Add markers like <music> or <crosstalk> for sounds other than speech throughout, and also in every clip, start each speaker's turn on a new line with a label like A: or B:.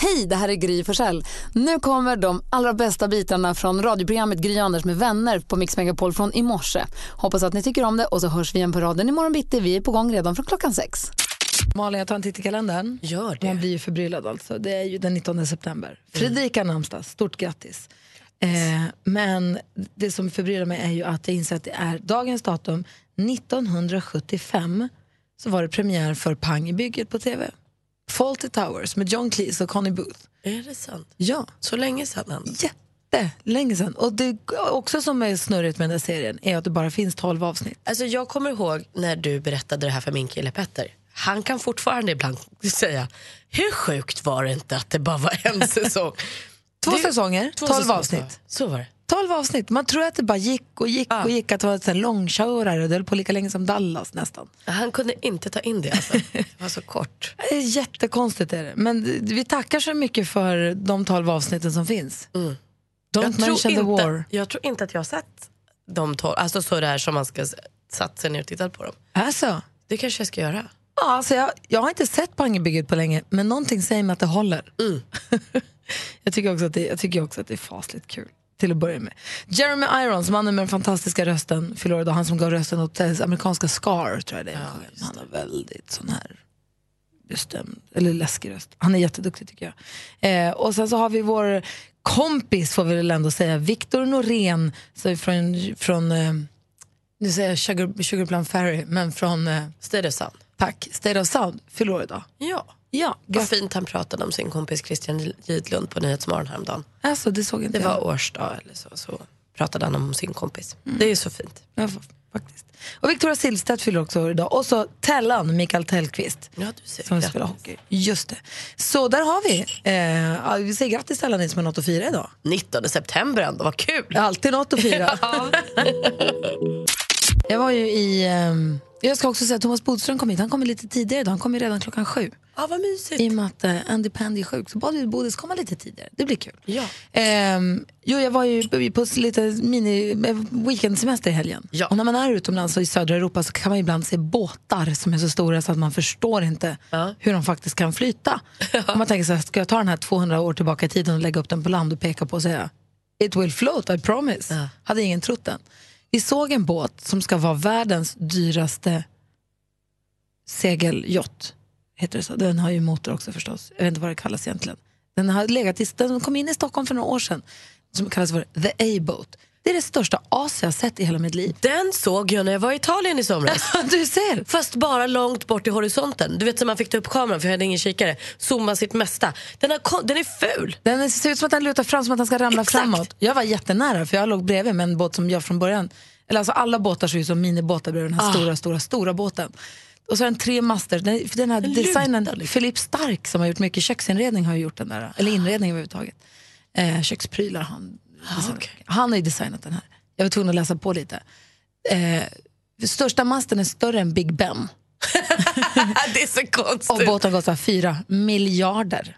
A: Hej, det här är Gry Forssell. Nu kommer de allra bästa bitarna från radioprogrammet Gry Anders med vänner på Mix Megapol från i morse. Hoppas att ni tycker om det och så hörs vi igen på raden imorgon bitti. Vi är på gång redan från klockan sex.
B: Malin, jag tar en titt i kalendern. Gör det. Man blir ju förbryllad alltså. Det är ju den 19 september. Fredrika mm. namnsdag, stort grattis. Eh, men det som förbryllar mig är ju att jag inser att det är dagens datum, 1975, så var det premiär för Pang i bygget på tv. Fawlty Towers med John Cleese och Connie Booth.
C: Är det sant?
B: Ja.
C: Så länge sedan ändå.
B: Jättelänge sedan. Och det också som är snurrigt med den här serien är att det bara finns 12 avsnitt.
C: Alltså jag kommer ihåg när du berättade det här för min kille Petter. Han kan fortfarande ibland <laughs> säga, hur sjukt var det inte att det bara var
B: <laughs>
C: en säsong?
B: Två det, säsonger,
C: två
B: 12
C: säsonger.
B: avsnitt.
C: Så var det.
B: 12 avsnitt. Man tror att det bara gick och gick
C: Ja.
B: och gick. Att det var en långkörare. Det höll på lika länge som Dallas nästan.
C: Han kunde inte ta in det alltså. Det var så kort.
B: Det är jättekonstigt är det. Men d- vi tackar så mycket för de 12 avsnitten som finns. <laughs> Don't
C: Mm. Jag tror,
B: mention the
C: inte,
B: war.
C: jag tror inte att jag har sett de tolv, alltså så där som man ska s- satt sig ner och tittat på dem.
B: Alltså,
C: Det kanske jag ska göra.
B: ja, alltså jag, jag har inte sett Pangebygget på länge, men någonting säger mig att det håller. <laughs> jag, tycker också att det, jag tycker också att det är fasligt kul. Till att börja med. Jeremy Irons, mannen med den fantastiska rösten, förlorade idag. Han som gav rösten åt eh, amerikanska Scar, tror jag det är. han har väldigt sån här bestämd, eller läskig röst. Han är jätteduktig tycker jag. Eh, och sen så har vi vår kompis, får vi väl ändå säga, Viktor Norén så från, från eh, nu säger jag Sugar, Sugar Plum Fairy, men från, eh,
C: Stay the sun.
B: tack, State of Sound, fyller år idag.
C: Ja.
B: Ja,
C: Vad
B: grattis.
C: fint han pratade om sin kompis Christian Gidlund på Nyhetsmorgon häromdagen.
B: Alltså, det såg inte
C: Det
B: jag.
C: var årsdag eller så, så pratade han om sin kompis. Det är så fint.
B: Ja, fa- faktiskt. Och Victoria Silvstedt fyller också år idag. Och så Tellan, Mikael Tellqvist.
C: Ja, du ser.
B: Som
C: Grattis.
B: spelar hockey. Just det. Så där har vi. Eh, ja, vi säger grattis till alla ni som har något att fira idag.
C: 19 september ändå, vad kul!
B: Alltid något
C: <laughs>
B: att fira. jag var ju i... ehm, jag ska också säga att Thomas Bodström kom hit. Han kommer lite tidigare idag. Han kommer redan klockan sju.
C: Ja, vad mysigt.
B: I och med att eh, Andy Pandy är sjuk så bad vi Bodis komma lite tidigare. Det blir kul.
C: Ja.
B: Ehm, jo, jag var ju på s- lite mini eh, weekendsemester i helgen.
C: Ja.
B: Och när man är utomlands och i södra Europa så kan man ibland se båtar som är så stora så att man förstår inte
C: Ja.
B: hur de faktiskt kan flyta. Och man tänker så här, ska jag ta den här 200 år tillbaka i tiden och lägga upp den på land och peka på och säga It will float, I promise.
C: Ja.
B: Hade ingen trott den. Vi såg en båt som ska vara världens dyraste segeljott. Heter det så? Den har ju motor också förstås. Jag vet inte vad det kallas egentligen. Den, har legat i, den kom in i Stockholm för några år sedan. Som kallas för The A-Boat. Det är det största as jag har sett i hela mitt liv. <laughs>
C: Den såg jag när jag var i Italien i somras. <laughs>
B: du ser!
C: Fast bara långt bort i horisonten. Du vet som man fick ta upp kameran för jag hade ingen kikare. Zooma sitt mesta. Den, har, kon- den är <laughs> ful!
B: Den ser ut som att han lutar fram, som att han ska ramla
C: Exakt.
B: framåt. Jag var jättenära, för jag låg bredvid med en båt som jag från början... Eller alltså alla båtar ser ut som minibåtar bredvid den
C: Ah.
B: här stora, stora, stora båten. Och så har den tre master. Den, för den här
C: Den
B: designen,
C: lutar liksom.
B: Philip Stark som har gjort mycket köksinredning har ju gjort den där. Eller inredning överhuvudtaget. Eh, köksprylar han. designat.
C: Ah, okej.
B: Han har ju designat den här. Jag var tvungen att läsa på lite. Eh, största masten är större än Big Ben.
C: det är så
B: Och
C: konstigt.
B: båten kostar fyra miljarder.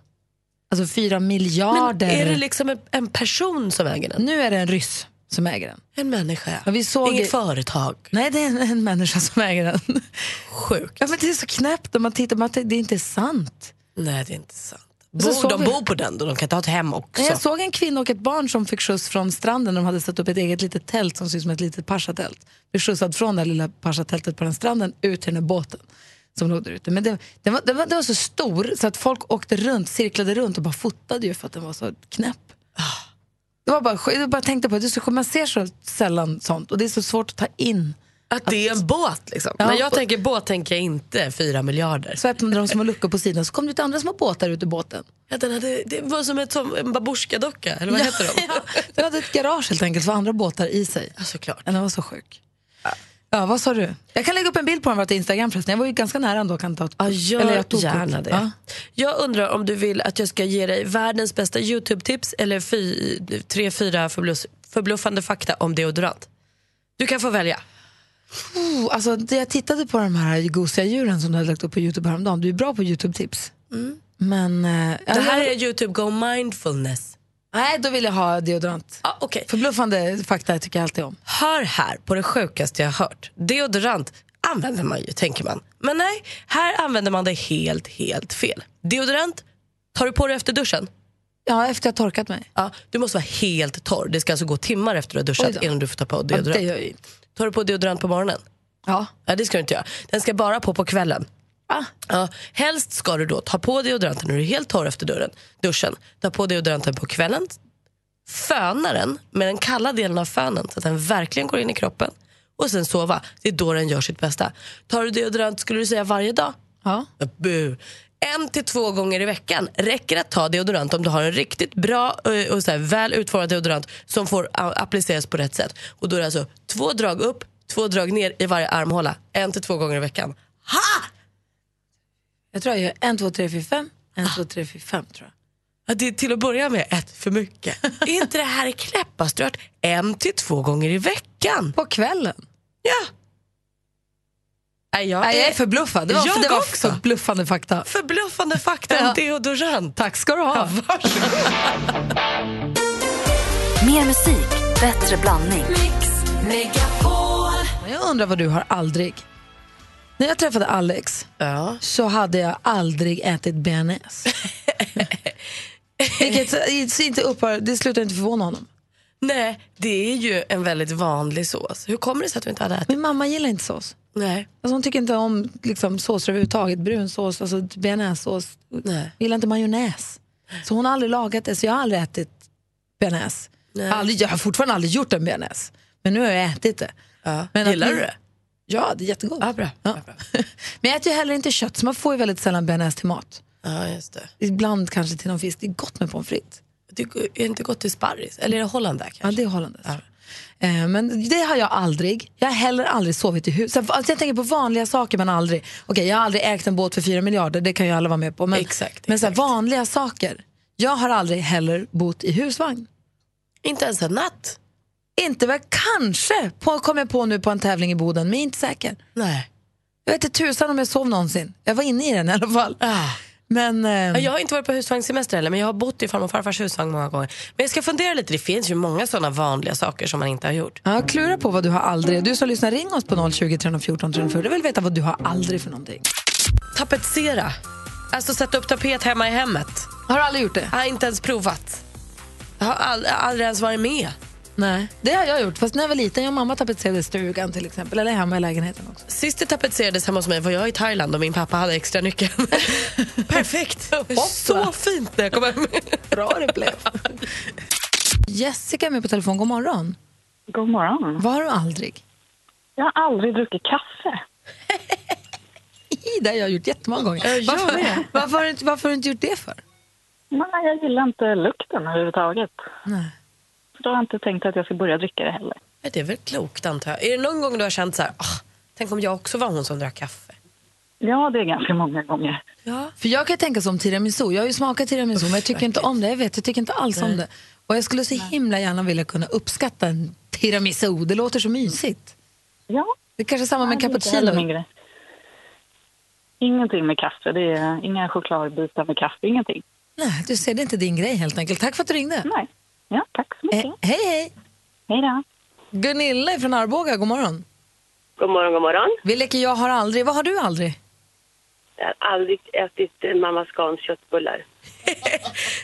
B: Alltså fyra
C: Men
B: miljarder.
C: är det liksom en, en person som äger den?
B: Nu är det en ryss som äger den.
C: En människa?
B: Ja, vi såg-
C: Inget företag?
B: Nej, det är en, en människa som äger den.
C: Sjukt.
B: Ja, men det är så knäppt när man tittar. Man, tänker, det är inte sant.
C: Nej, det är inte sant.
B: så
C: Bor,
B: såg
C: de
B: vi-
C: bor på den då, de kan ta ett hem också.
B: Nej, jag såg en kvinna och ett barn som fick skjuts från stranden. De hade satt upp ett eget litet tält som ser ut som ett litet parsatält. Blev skjutsad från det här lilla parsatältet på den stranden ut till den här båten som låg där ute. Men det, den, var, den, var, den var så stor så att folk åkte runt, cirklade runt och bara fotade ju för att den var så knäpp. Det var bara, jag bara tänkte på det, det är så, man ser så sällan sånt och det är så svårt att ta in.
C: Att det är en båt liksom.
B: Ja.
C: När jag tänker båt tänker jag inte fyra miljarder.
B: Så öppnade de små luckor på sidan så kom det ut andra små båtar ut ur båten.
C: Ja, den hade, det var som, ett, som en babusjkadocka, eller vad heter de?
B: Ja, den hade ett garage helt enkelt för andra båtar i sig.
C: Ja, såklart.
B: Ja, Den var så sjuk. Ja, vad sa du? Jag kan lägga upp en bild på den på vårt Instagram förresten. Jag var ju ganska nära ändå. Kan ta ett
C: Ja,
B: kort.
C: gör
B: Eller
C: jag
B: tog kort.
C: gärna det.
B: Ja.
C: Jag undrar om du vill att jag ska ge dig världens bästa YouTube-tips eller fy, tre, fyra förbluff, förbluffande fakta om deodorant. Du kan få välja.
B: Oh, alltså, det jag tittade på de här gosiga djuren som du hade lagt upp på Youtube häromdagen. Du är bra på Youtube-tips. Men... eh, ja,
C: Mm. Det här
B: jag,
C: är YouTube Go Mindfulness.
B: Nej, då vill jag ha deodorant.
C: Ah, okej.
B: Förbluffande fakta tycker jag alltid om.
C: Hör här på det sjukaste jag har hört. Deodorant använder man ju, tänker man. Men nej, här använder man det helt, helt fel. Deodorant Tar du på dig efter duschen?
B: Ja, efter jag torkat mig.
C: Ja, du måste vara helt torr. Det ska alltså gå timmar efter du har
B: Oj
C: duschat
B: då.
C: innan du får ta på
B: Ja,
C: deodorant.
B: det gör jag ju inte.
C: Tar du på deodorant på morgonen?
B: Ja.
C: Ja, det ska du inte göra. Den ska bara på på kvällen.
B: Ah.
C: Ja, helst ska du då ta på deodoranten när du är helt torr efter dörren, duschen. Ta på deodoranten på kvällen. Föna den med den kalla delen av fönen så att den verkligen går in i kroppen. Och sen sova. Det är då den gör sitt bästa. Tar du deodorant, skulle du säga varje dag?
B: ja.
C: Bu. En till två gånger i veckan räcker att ta deodorant om du har en riktigt bra eh, och så här, väl utformad deodorant som får a- appliceras på rätt sätt. Och då är det alltså två drag upp, två drag ner i varje armhåla. En till två gånger i veckan. Ha!
B: Jag tror jag gör en, två, tre, fyra, fem. En, två, tre, fyra, fem tror jag.
C: Att det är till att börja med ett för mycket. <laughs> är inte det här knäppastört? En till två gånger i veckan.
B: På kvällen?
C: Ja. Nej, jag
B: Nej, jag är
C: är
B: förbluffad. Det var,
C: Jag
B: det var
C: också.
B: förbluffande fakta.
C: förbluffande fakta
B: Ja.
C: om deodorant.
B: Tack ska du ha. <laughs>
D: Mer musik, bättre blandning.
B: Jag undrar vad du har aldrig. När jag träffade Alex
C: Ja.
B: så hade jag aldrig ätit <laughs> bearnaise. Vilket så inte upphör, det slutar inte förvåna honom.
C: Nej, det är ju en väldigt vanlig sås. Hur kommer det sig att du inte hade ätit?
B: Min mamma gillar inte sås.
C: Nej.
B: Alltså hon tycker inte om liksom, såser överhuvudtaget. Brunsås, alltså bearnaisesås.
C: Nej.
B: Gillar inte majonnäs. Så hon har aldrig lagat det, så jag har aldrig ätit bearnaise.
C: Nej.
B: Aldrig, jag har fortfarande aldrig gjort en bearnaise. Men nu har jag ätit det.
C: Ja.
B: Men att
C: Gillar
B: min-
C: du det?
B: Ja, det är jättegott.
C: Ja, bra.
B: Ja. <laughs> Men jag äter ju heller inte kött, så man får ju väldigt sällan bearnaise till mat.
C: Ja, just det.
B: Ibland kanske till någon fisk. Det är gott med pommes frites.
C: Du är det inte gott till sparris? Eller är det Holland där kanske?
B: Ja, det är holländskt. Eh, Men det har jag aldrig. Jag har heller aldrig sovit i hus. Så, Alltså jag tänker på vanliga saker men aldrig. Okej, jag har aldrig ägt en båt för fyra miljarder, det kan ju alla vara med på. Men,
C: Exakt,
B: men så här,
C: exakt.
B: vanliga saker. Jag har aldrig heller bott i husvagn.
C: Inte ens en natt?
B: Inte väl kanske, på, kom jag på nu på en tävling i Boden, men jag är inte säker.
C: Nej.
B: Jag vet inte tusan om jag sov någonsin. Jag var inne i den i alla fall.
C: Ah.
B: Men, eh,
C: Ja, Jag har inte varit på husvagnssemester heller, men jag har bott i farmor och farfars husvagn många gånger. Men jag ska fundera lite, det finns ju många sådana vanliga saker som man inte har gjort.
B: Ja, klura på vad du har aldrig. Du som lyssnar, ring oss på 020 314 314. Jag vill veta vad du har aldrig för någonting.
C: Tapetsera. Alltså sätta upp tapet hemma i hemmet.
B: Har du aldrig gjort det?
C: Jag har inte ens provat. Jag har all- aldrig ens varit med.
B: Nej. Det har jag gjort, fast när jag var liten. Jag och mamma tapetserade stugan till exempel, eller hemma i lägenheten också.
C: Sist det tapetserades hemma hos mig var jag i Thailand och min pappa hade extra nyckeln. <laughs> Perfekt! <laughs> Så fint när jag kom <laughs> hem.
B: Bra det blev. Jessica är med på telefon. God morgon.
E: God morgon.
B: Var du aldrig?
E: Jag har aldrig druckit kaffe.
B: Det har jag gjort jättemånga gånger.
C: jag
B: Varför,
C: med.
B: <laughs> varför, har du, inte- varför har du inte gjort det för?
E: Nej, jag gillar inte lukten överhuvudtaget.
B: Nej.
E: Så då har jag inte tänkt att jag ska börja dricka det heller.
C: Men Det är väl klokt antar jag. Är det någon gång du har känt så här, "Ah, tänk om jag också var hon som drack kaffe?
E: Ja, det är ganska många gånger.
C: Ja.
B: För jag kan ju tänka som tiramisu. Jag har ju smakat tiramisu men jag tycker inte om det. Jag vet, jag tycker inte alls om det. Och jag skulle så himla gärna vilja kunna uppskatta en tiramisu. Det låter så mysigt.
E: Ja,
B: Det är kanske är samma med en
E: det är inte heller min
B: cappuccino.
E: grej. Ingenting med kaffe. Det är inga chokladbitar med kaffe. Ingenting.
B: Nej, du ser, det är inte din grej helt enkelt. Tack för att du ringde.
E: Nej. Ja, tack så mycket.
B: Eh, hej, hej!
E: Hej då.
B: Gunilla är från Arboga, god morgon.
F: God morgon, god morgon.
B: Vi leker jag har aldrig. Vad har du aldrig?
F: Jag har aldrig ätit eh, mamma Scans köttbullar.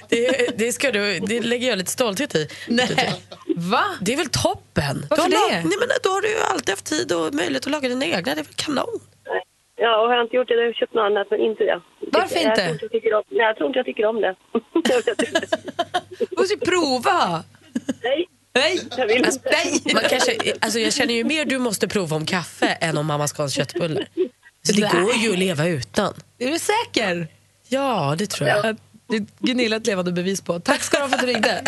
C: Det, det, ska du, det lägger jag lite stolthet i.
B: Nej. Va?
C: Det är väl toppen?
B: Varför
C: du har
B: det?
C: lag- Nej, men då har du ju alltid haft tid och möjlighet att laga dina egna. Det är väl kanon?
F: Nej. Ja, och har jag inte gjort det, då har jag köpt något annat, men inte det.
B: Varför
F: Jag
B: inte?
F: tror jag tycker om, nej, jag tror inte jag tycker om det. <laughs> Jag vet inte.
B: Du måste ju prova!
F: nej,
B: Nej!
F: jag vill
B: Alltså,
F: inte.
B: nej.
C: Man kanske, alltså jag känner ju mer du måste prova om kaffe än om mamma Scans köttbullar. Så det går ju att leva utan.
B: Är du säker?
C: Ja, det tror jag.
B: Att- Det är Gunilla ett levande bevis på. Tack ska du ha för att du ringde.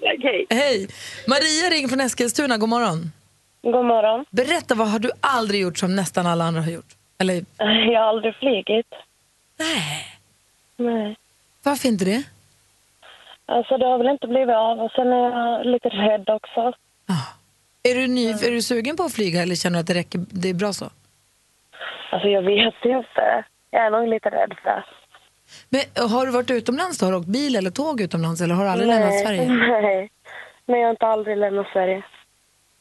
F: Okej.
B: Hej! Maria ringer från Eskilstuna, god morgon.
G: God morgon.
B: Berätta, vad har du aldrig gjort som nästan alla andra har gjort? Eller
G: Jag har aldrig flugit.
C: Nej.
G: Nej.
B: varför inte det?
G: Alltså det har väl inte blivit av och sen är jag lite rädd också.
B: Ah. Är du, ny,
G: Mm.
B: är du sugen på att flyga eller känner du att det räcker, det är bra så?
G: Alltså jag vet inte. Jag är nog lite rädd för det.
B: Men eh, har du varit utomlands då? Har du åkt bil eller tåg utomlands eller har du aldrig lämnat Sverige?
G: Nej. Nej, jag har inte aldrig lämnat Sverige.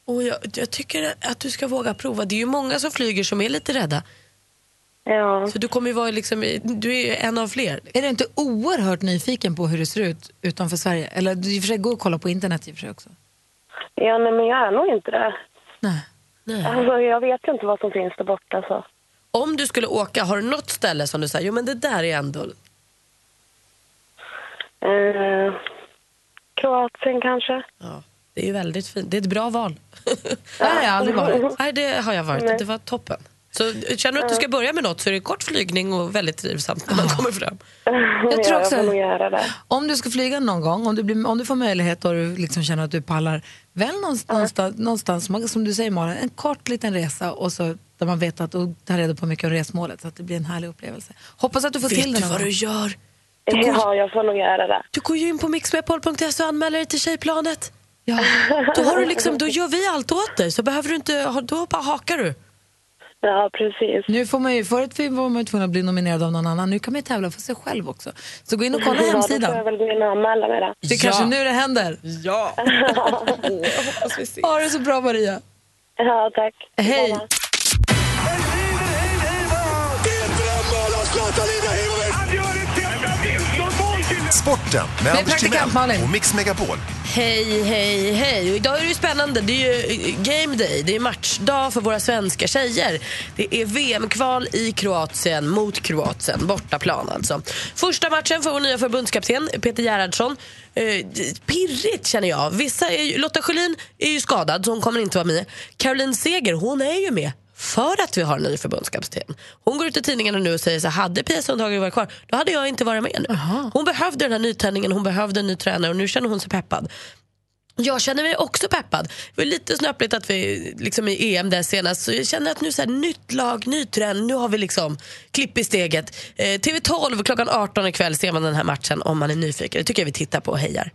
C: Och jag, jag tycker att du ska våga prova. Det är ju många som flyger som är lite rädda.
F: Ja.
C: Så du kommer ju vara liksom, i- du är ju en av fler.
B: Är du inte oerhört nyfiken på hur det ser ut utanför Sverige? Eller du i och för sig går och kollar på internet i och för sig också.
G: Ja, nej, men jag är nog inte det.
B: Nej. Mm.
G: Alltså, jag vet ju inte vad som finns där borta. Så.
C: Om du skulle åka, har du något ställe som du säger, jo men det där är ändå...
G: Eh, Kroatien kanske?
C: Ja, det är ju väldigt fint, det är ett bra val. <laughs>
B: Där har jag aldrig varit.
C: Nej, det har jag varit. Det var toppen. Så eh, känner du att du ska börja med något så är det kort flygning och väldigt trivsamt när man kommer fram.
B: Jag tror
G: ja, jag får nog
B: också,
G: göra det.
B: om du ska flyga någon gång, om du, blir, om du får möjlighet och du liksom känner att du pallar, väl någonstans, någonstans som- som du säger Malin, en kort liten resa och så där man vet att, och tar reda på mycket om resmålet så att det blir en härlig upplevelse. Hoppas att du får till
C: Vet du
B: det någon
C: vad
B: gång.
C: du gör?
G: Ja, jag får nog göra det.
C: Du går ju in på mixmepol.se och anmäler dig till Tjejplanet. Ja. Då, har du liksom, då gör vi allt åt dig, så behöver du inte, ha- då bara hakar du.
G: Ja, precis.
B: Nu får man ju, förut var man ju tvungen att bli nominerad av någon annan, nu kan man ju tävla för sig själv också. Så gå in och kolla
G: ja, Då får jag
B: hemsidan.
G: väl gå in och anmäla mig då.
B: Det är kanske nu det händer. <laughs>
C: Ja. jag hoppas vi ses.
B: Ha det så bra Maria.
G: Ja, tack.
B: Hej.
H: Sporten med Anders
B: praktikant
H: Timell
B: Malin.
H: och Mix Megapol.
C: Hej, hej, hej. Och idag är det ju spännande. Det är ju eh, game day. Det är matchdag för våra svenska tjejer. Det är VM-kval i Kroatien mot Kroatien. Bortaplan alltså. Första matchen för vår nya förbundskapten Peter Gerhardsson. Eh, pirrigt känner jag. Vissa är ju, Lotta Schelin är ju skadad så hon kommer inte vara med. Caroline Seger, hon är ju med för att vi har en ny förbundskapten. Hon går ut i tidningarna nu och säger så här, hade Pia Sundhage varit kvar, då hade jag inte varit med nu. Hon behövde den här nytändningen, hon behövde en ny tränare och nu känner hon sig peppad. Jag känner mig också peppad. Det var lite snöpligt att vi liksom i EM där senast. Så jag känner att nu så här, nytt lag, ny trend. Nu har vi liksom klipp i steget. Eh, TV12 klockan 18 ikväll ser man den här matchen om man är nyfiken. Det tycker jag vi tittar på och hejar.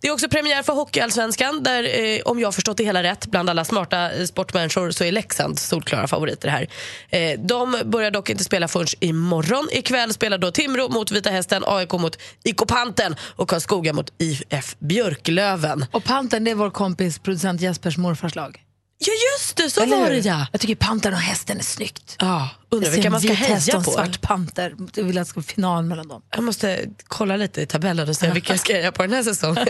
C: Det är också premiär för Hockeyallsvenskan där eh, om jag har förstått det hela rätt bland alla smarta eh, sportmänniskor så är Leksand solklara favoriter här. Eh, de börjar dock inte spela förrän imorgon. Ikväll spelar då Timrå mot Vita Hästen, AIK mot IK Panten och Karlskoga mot IF Björklöven.
B: Och Pantern, det är vår kompis producent Jespers morfars lag.
C: Ja just det, så
B: Eller
C: var
B: hur?
C: det ja.
B: Jag tycker Pantern och hästen är snyggt.
C: ja undrar vilka man ska heja på.
B: svart panter. Jag vill att det ska vara final mellan dem.
C: Jag måste kolla lite i tabellen och se vilka jag ska heja på den här <laughs> säsongen.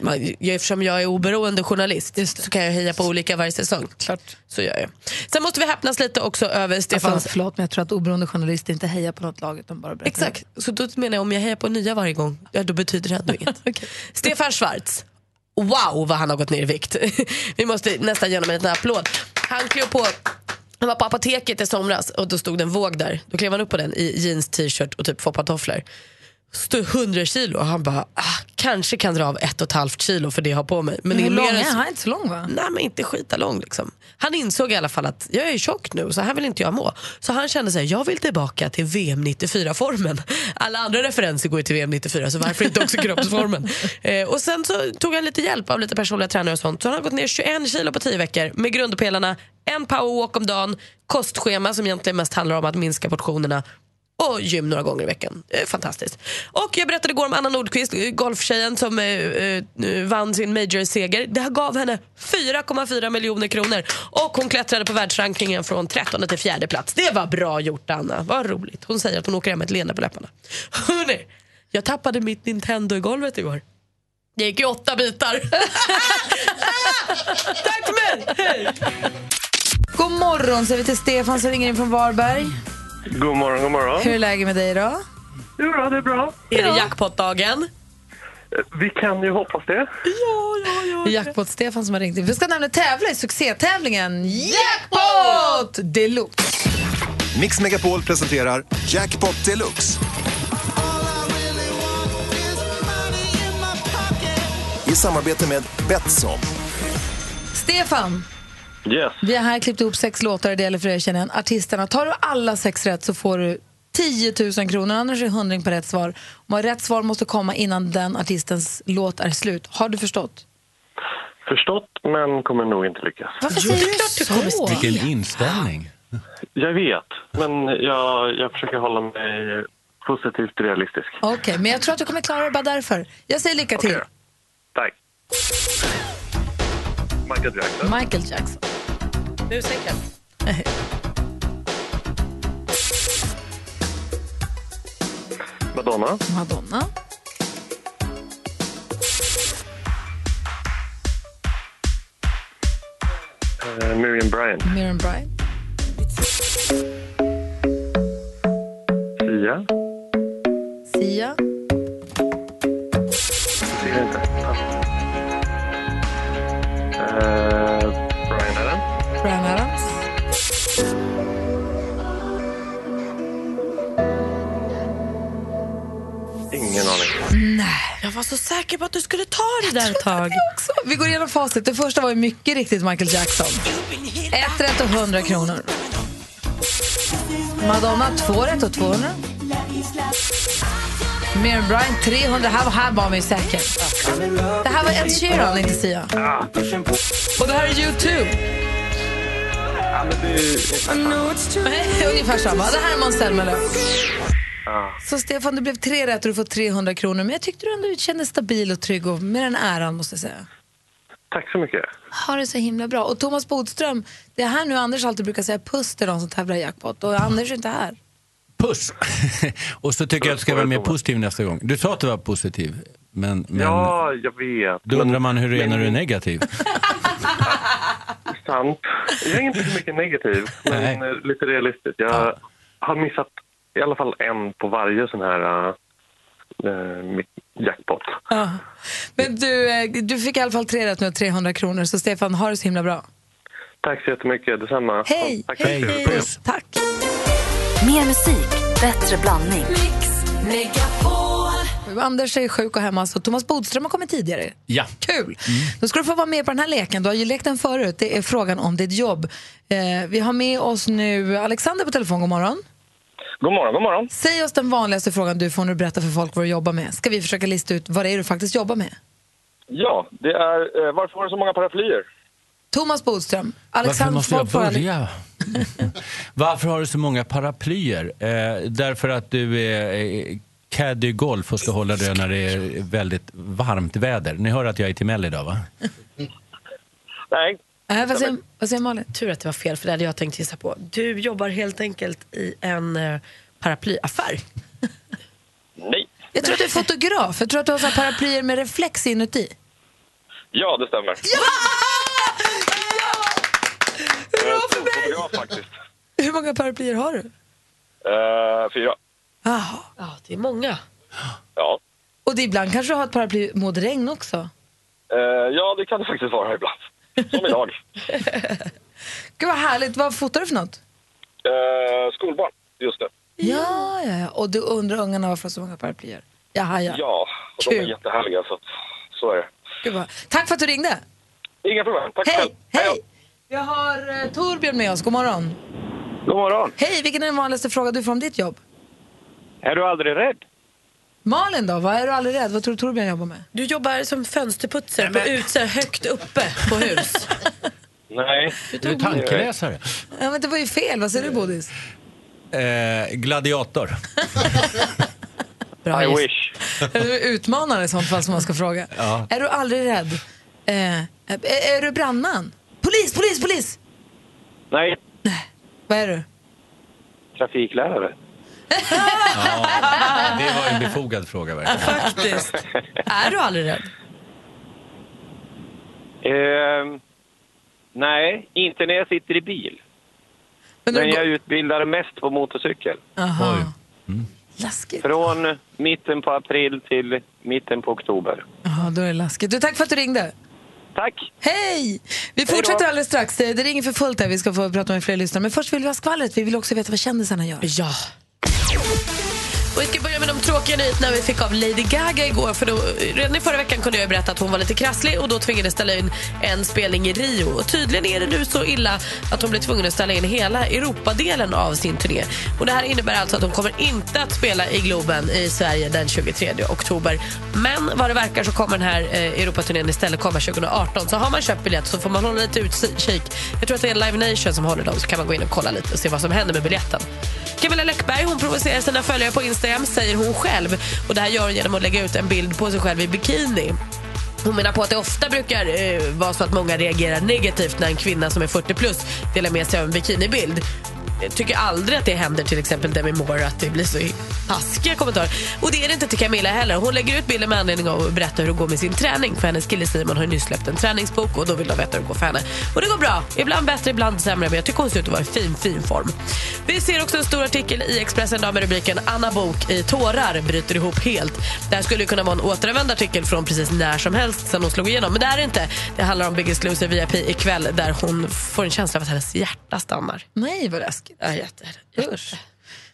C: Man, jag, eftersom jag är oberoende journalist så kan jag heja på olika varje säsong. Klart. Så gör jag. Sen måste vi häpnas lite också över Stefan...
B: Alltså, förlåt, men jag tror att oberoende journalister inte hejar på något lag utan bara berättar.
C: Exakt, så då menar jag om jag hejar på nya varje gång, ja, då betyder det ändå <laughs> inget. Stefan Schwarz, wow vad han har gått ner i vikt. <laughs> Vi måste nästan ge honom en liten applåd. Han klev på han var på apoteket i somras och då stod det en våg där. Då klev han upp på den i jeans, t-shirt och typ foppatofflor. Stod 100 kilo och han bara, ah, kanske kan dra av ett och ett halvt kilo för det jag har på mig. Men det
B: Hur
C: är
B: lång
C: mer
B: är
C: än
B: han? Han är inte så lång va?
C: Nej men inte skita lång liksom. Han insåg i alla fall att jag är tjock nu så här vill inte jag må. Så han kände sig jag vill tillbaka till VM 94-formen. Alla andra referenser går ju till VM 94 så varför inte också kroppsformen? Eh, och sen så tog han lite hjälp av lite personliga tränare och sånt. Så han har gått ner 21 kilo på 10 veckor med grundpelarna, en powerwalk om dagen, kostschema som egentligen mest handlar om att minska portionerna och gym några gånger i veckan. Eh, Fantastiskt. Och jag berättade igår om Anna Nordqvist, eh, golftjejen som eh, eh, vann sin major-seger. Det här gav henne 4,4 miljoner kronor och hon klättrade på världsrankingen från 13 till fjärde plats. Det var bra gjort Anna, vad roligt. Hon säger att hon åker hem med ett leende på läpparna. <laughs> Hörrni, jag tappade mitt Nintendo i golvet igår. Det gick i åtta bitar. <laughs> Tack för mig! Hej!
B: God morgon säger vi till Stefan som ringer in från Varberg.
I: God morgon, god morgon.
B: Mm. Hur är läget med dig då?
I: Det är bra, det är bra.
C: Är det jackpot-dagen?
I: Vi kan ju hoppas det.
B: Jackpot-Stefan som har ringt in. Vi ska nämligen tävla i succétävlingen Jackpot Deluxe.
H: Mix Megapol presenterar Jackpot Deluxe. I samarbete med Betsson.
B: Stefan,
I: Yes.
B: vi har här klippt ihop sex låtar och det gäller för dig att känna igen artisterna. Tar du alla sex rätt så får du 10 000 kronor, annars är det 100 på rätt svar. Och rätt svar måste komma innan den artistens låt är slut. Har du förstått?
I: Förstått, men kommer nog inte lyckas.
B: Varför säger du klart så? Du kommer
J: Vilken inställning.
I: Jag vet, men jag, jag försöker hålla mig positivt realistisk.
B: Okej, men jag tror att du kommer klara det bara därför. Jag säger lycka till.
I: Tack. Michael Jackson.
B: Michael Jackson.
C: Musiken.
I: Madonna.
B: Madonna.
I: Eh, Miriam Bryant.
B: Miriam Bryant.
I: Sia.
B: Sia.
I: Ser jag inte. Eh, Brian Adams.
B: Bryan Adams.
I: Ingen aning.
C: Jag var så säker på att du skulle ta det där ett tag.
B: Så, vi går igenom facit. Det första var ju mycket riktigt Michael Jackson. Ett rätt och 100 kronor. Madonna, två rätt och 200. Miriam Bryant, 300. Här, var- här var man ju säker. Det här var Ed Sheeran, inte Sia. Och det här är U2. Ungefär samma. Det här är Måns Zelmerlöw. Så Stefan, det blev tre rätt och du får 300 kronor. Men jag tyckte du ändå kändes stabil och trygg och med den äran måste jag säga.
I: Tack så mycket.
B: Ha det så himla bra. Och Thomas Bodström, det är här nu Anders alltid brukar säga puss till de som tävlar i jackpot och Anders är inte här.
J: Puss! <laughs> och så tycker jag att du ska vara mer positiv nästa gång. Du sa att du var positiv, men, men
I: Ja, jag vet.
J: då undrar
I: Men-
J: man hur det är
I: men-
J: när du är negativ.
I: <laughs> Sant. Jag är inte så mycket negativ, men
J: Nej.
I: eh, lite realistiskt. Jag har missat i alla fall en på varje sån här eh, mitt jackpot.
B: Ja. Men du, eh, du fick i alla fall tre rätt nu och 300 kronor så Stefan, ha det så himla bra.
I: Tack så jättemycket. Detsamma.
B: Hej!
I: Tack
J: Hej,
I: mycket.
J: puss!
B: Tack!
D: Mer musik, bättre blandning.
B: Anders är sjuk och hemma så Thomas Bodström har kommit tidigare.
J: Ja.
B: Kul! Då ska du få vara med på den här leken. Du har ju lekt den förut. Det är frågan om ditt jobb. Eh, vi har med oss nu Alexander på telefon. God morgon.
I: God morgon, god morgon.
B: Säg oss den vanligaste frågan du får när du berättar för folk vad du jobbar med. Ska vi försöka lista ut vad det är du faktiskt jobbar med?
I: Ja, det är... Eh, varför har du så många paraplyer?
B: Thomas Bodström,
J: Varför
B: Alexander
J: måste jag
B: Svart-
J: börja? Varför har du så många paraplyer? Eh, därför att du är eh, caddy i golf och ska hålla det när det är väldigt varmt väder. Ni hör att jag är i Timell idag va?
I: Nej.
B: Nej, Eh, vad, säger, vad säger Malin?
C: Tur att det var fel, för det hade jag tänkt gissa på. Du jobbar helt enkelt i en eh, paraplyaffär.
I: Nej.
B: Jag tror att du är fotograf. Jag tror att du har så här paraplyer med reflex inuti.
I: Ja, det stämmer. Ja! Hurra för mig! Fotograf, faktiskt.
B: Hur många paraplyer har du?
I: Eh, fyra.
B: Jaha.
C: Ja, det är många.
I: Ja.
B: Och det ibland kanske du har ett paraply mot regn också. <laughs>
I: Eh, ja, det kan det faktiskt vara ibland. Som idag.
B: Gud vad härligt. Vad fotar du för något?
I: Eh, skolbarn, just det.
B: Ja, ja, ja. Och du undrar ungarna varför de har så många paraplyer? Jaha, ja.
I: Ja, och de är
B: Kul.
I: jättehärliga så att, så är det.
B: Gud vad... Tack för att du ringde.
I: Inga problem, tack själv.
B: Hej, hej. Vi har eh, Torbjörn med oss. God morgon.
I: God morgon.
B: Hej, vilken är den vanligaste frågan du får om ditt jobb?
I: Är du aldrig rädd?
B: Malin då? Vad är du aldrig rädd? Vad tror du Torbjörn jobbar med?
C: Du jobbar som fönsterputsare på Utse högt uppe på hus.
I: Nej.
J: Du är tankeläsare.
B: Ja, men det var ju fel. Vad säger du Bodis?
J: Eh, gladiator.
C: Bra gissat.
I: wish.
B: Är du utmanare i sånt fall som man ska fråga?
J: Ja.
B: Är du aldrig rädd? Eh, är, är du brandman? Polis, polis, polis!
I: Nej.
B: Vad är du?
I: Trafiklärare.
J: Det var en befogad fråga verkligen.
C: Faktiskt. Är du aldrig rädd?
I: Ehm, nej, inte när jag sitter i bil.
B: Men du går-
I: utbildar mest på motorcykel.
B: Aha.
J: Oj.
B: Mm. Läskigt.
I: Från mitten på april till mitten på oktober.
B: Ja, då är det läskigt. Du, tack för att du ringde.
I: Tack!
B: Hej! Vi fortsätter alldeles strax. Det det ringer för fullt här. Vi ska få prata med fler lyssnare. Men först vill vi ha skvallret. Vi vill också veta vad kändisarna gör.
C: Ja. Och vi ska börja med de tråkiga nyheterna vi fick av Lady Gaga igår. För då, redan i förra veckan kunde jag berätta att hon var lite krasslig och då tvingades ställa in en spelning i Rio. Och tydligen är det nu så illa att hon blir tvungen att ställa in hela Europadelen av sin turné. Och det här innebär alltså att hon kommer inte att spela i Globen i Sverige den 23 oktober. Men vad det verkar så kommer den här eh, Europaturnén istället komma 2018. Så har man köpt biljett så får man hålla lite utkik. Jag tror att det är Live Nation som håller dem så kan man gå in och kolla lite och se vad som händer med biljetten. Camilla Läckberg hon provocerar sina följare på Instagram, säger hon själv. Och Det här gör hon genom att lägga ut en bild på sig själv i bikini. Hon menar på att det ofta brukar eh, vara så att många reagerar negativt när en kvinna som är 40 plus delar med sig av en bikinibild. Jag tycker aldrig att det händer till exempel Demi Moore att det blir så taskiga kommentarer. Och det är det inte till Camilla heller. Hon lägger ut bilder med anledning av att berätta hur det går med sin träning. För hennes kille Simon har ju nyss släppt en träningsbok och då vill de veta hur det går för henne. Och det går bra. Ibland bättre, ibland sämre. Men jag tycker hon ser ut att vara i fin, fin form. Vi ser också en stor artikel i Expressen idag med rubriken Anna Bok i tårar bryter ihop helt. Det här skulle ju kunna vara en återvänd artikel från precis när som helst sen hon slog igenom. Men det är det inte. Det handlar om Biggest Loser VIP ikväll där hon får en känsla av att hennes hjärta stannar.
B: Nej, vad läskigt.
C: Ja, jätte. Usch.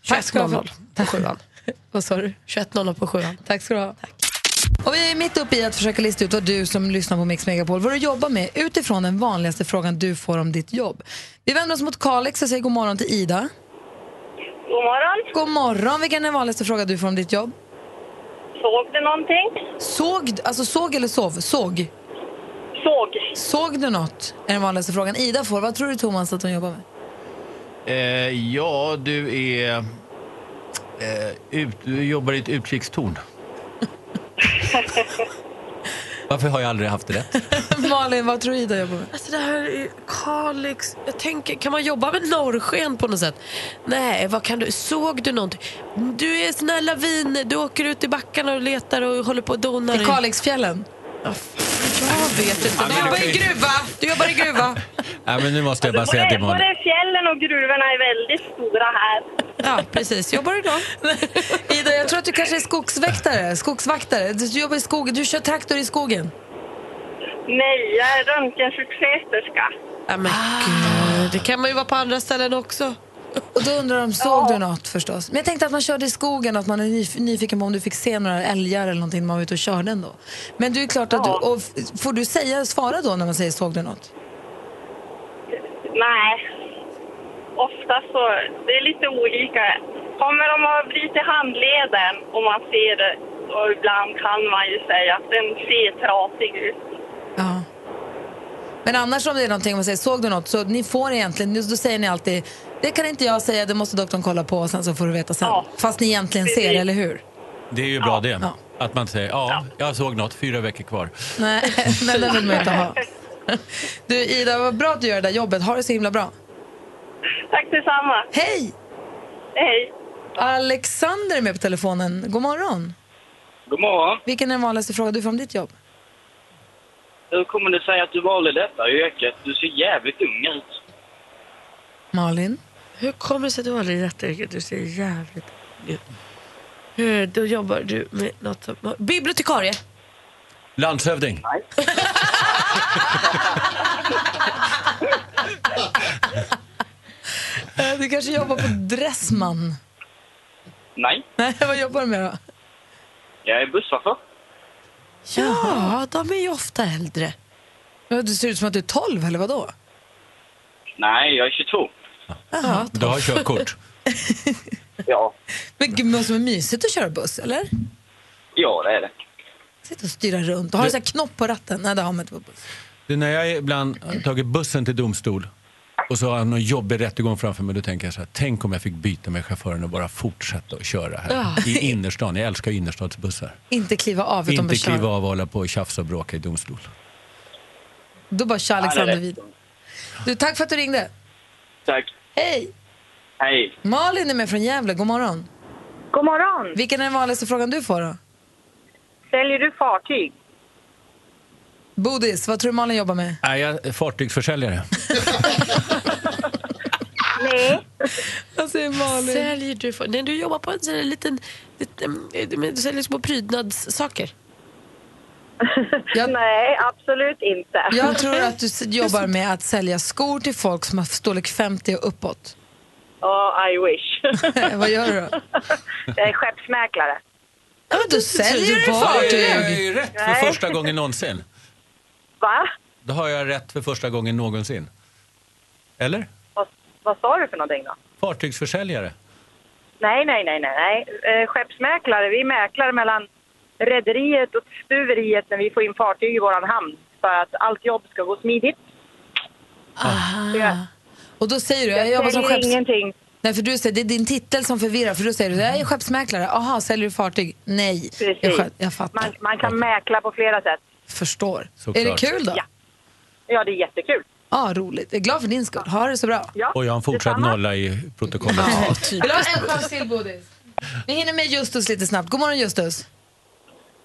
B: Tack ska du ha.
C: 21.00 på sjuan.
B: Vad sa du?
C: 21.00 på sjuan.
B: Tack ska du ha. Och vi är mitt uppe i att försöka lista ut vad du som lyssnar på Mix Megapol vad du jobbar med utifrån den vanligaste frågan du får om ditt jobb. Vi vänder oss mot Kalix och säger god morgon till Ida.
F: God morgon.
B: God morgon. Vilken är den vanligaste frågan du får om ditt jobb?
F: Såg du någonting?
B: Såg, alltså såg eller sov? Såg.
F: Såg.
B: Såg du något? Är den vanligaste frågan Ida får. Vad tror du Thomas att hon jobbar med?
J: Eh, ja, du är... Eh, ut, du jobbar i ett utkikstorn. <laughs> Varför har jag aldrig haft rätt?
B: Malin, vad tror du Ida jobbar med?
C: Alltså det här är Kalix. Jag tänker, kan man jobba med norrsken på något sätt? Nej, vad kan du? Såg du någonting? Du är sån här lavin. Du åker ut i backarna och letar och håller på och donar.
B: I Kalixfjällen?
C: Jag vet inte. Du jobbar i gruva. Du jobbar i gruva.
J: Nej, men nu måste jag bara säga till Malin.
F: Både fjällen och gruvorna är väldigt stora här.
C: Ja, precis. Jobbar du då?
B: <laughs> Ida, jag tror att du kanske är skogsväktare, skogsvaktare. Du jobbar i skogen, du kör traktor i skogen.
F: Nej, jag är röntgensjuksköterska.
C: Ja, men
B: Ah.
C: gud. Det kan man ju vara på andra ställen också.
B: Och då undrar de, såg du något förstås? Men jag tänkte att man körde i skogen och att man är nyf- nyfiken på om du fick se några älgar eller någonting när man var ute och körde ändå. Men du är klart att du, och f- får du säga, svara då när man säger såg du något?
F: Nej. Ofta så, det är lite olika. Kommer de att bryta handleden om man ser det? Och ibland kan man ju säga att den ser trasig ut.
B: Ja. Men annars om det är någonting, om man säger såg du något, så ni får egentligen, då säger ni alltid, det kan inte jag säga, det måste doktorn kolla på och sen så får du veta sen. Fast ni egentligen ser, eller hur?
J: Det är ju bra det. Att man säger, ja, jag såg något, fyra veckor kvar.
B: Nej, <laughs> nej den vill man
F: <laughs>
B: inte ha. Du Ida, vad bra att du gör det där jobbet. Ha det så himla bra.
F: Tack detsamma.
B: Hej!
F: Hej.
B: Alexander är med på telefonen. God morgon.
K: God morgon.
B: Vilken är den vanligaste frågan du får om ditt jobb?
K: Hur kommer det sig att du valde detta yrket? Du ser jävligt ung ut.
B: Malin?
C: Hur kommer det sig att du har aldrig rätt yrke? Du ser jävligt ut. Eh, Då jobbar du med något som... Bibliotekarie!
J: Landshövding.
B: Eh, Du kanske jobbar på Dressman? <laughs>
K: Nej,
B: Nej, vad jobbar du med då?
K: jag är busschaufför.
B: Ja, de är ju ofta äldre. Du ser ut som att du är 12, eller vadå?
K: Nej, jag är 22.
B: Jaha.
J: Du har körkort.
K: Ja,
B: Men gud, men som är mysigt att köra buss, eller?
K: ja det är det.
B: Sitta och styra runt. Och har du så här knopp på ratten? Nej, det har man inte på buss.
J: Du, när jag ibland har tagit bussen till domstol och så har jag någon jobbig rättegång framför mig, då tänker jag så här, tänk om jag fick byta med chauffören och bara fortsätta att köra här
B: Ja.
J: i innerstan. Jag älskar ju innerstadsbussar.
B: Inte kliva av, utan
J: Inte
B: bara köra.
J: kliva av och hålla på och tjafsa och bråka i domstol.
B: Då bara kör
J: Ja,
B: Alexander
J: det är
B: vidare. Du, tack för att du ringde.
K: Tack.
B: Hej!
K: Hej.
B: Malin är med från Gävle. God morgon.
F: God morgon.
B: Vilken är den vanligaste frågan du får då?
F: Säljer du fartyg?
B: Bodis, vad tror du Malin jobbar med?
J: Är jag fartygsförsäljare?
F: Nej.
B: Vad säger Malin?
C: Säljer du... För... Nej, du jobbar på en sån här liten... liten eh, men du säljer små prydnadssaker.
F: Nej, absolut inte.
B: Jag tror att du s- jobbar med att sälja skor till folk som har storlek 50 och uppåt. Eh,
F: Ja, I
B: <laughs>
F: wish.
B: Vad gör du då?
F: Jag är skeppsmäklare.
B: Ja, men du säljer du
J: Det har
B: fartyg!
J: jag ju rätt för
F: Nej.
J: första gången någonsin.
F: Va?
J: Då har jag rätt för första gången någonsin. Eller?
F: Vad, vad sa du för någonting då?
J: Fartygsförsäljare.
F: Nej, nej, nej, nej. nej. Eh, skeppsmäklare, vi mäklar mellan rederiet och stuveriet när vi får in fartyg i vår hamn för att allt jobb ska gå smidigt.
B: Aha. Och då säger du, jag jobbar som
F: säljer
B: skepps...
F: ingenting.
B: Nej, för du säger, det är din titel som förvirrar, för då säger du, jag är skeppsmäklare. Aha, säljer du fartyg? Nej. Jag,
F: Precis.
B: skö- jag fattar,
F: Man, man kan mäkla på flera sätt.
B: förstår.
F: Såklart.
B: Är det kul då?
F: Ja. Ja, det är jättekul.
B: Ja, Ja, roligt. Jag är glad för din skull. Ha det så bra.
J: Och jag har en fortsatt nolla i protokollet.
B: Vill du ha en chans till, Bodis? Vi hinner med Justus lite snabbt. God morgon, Justus.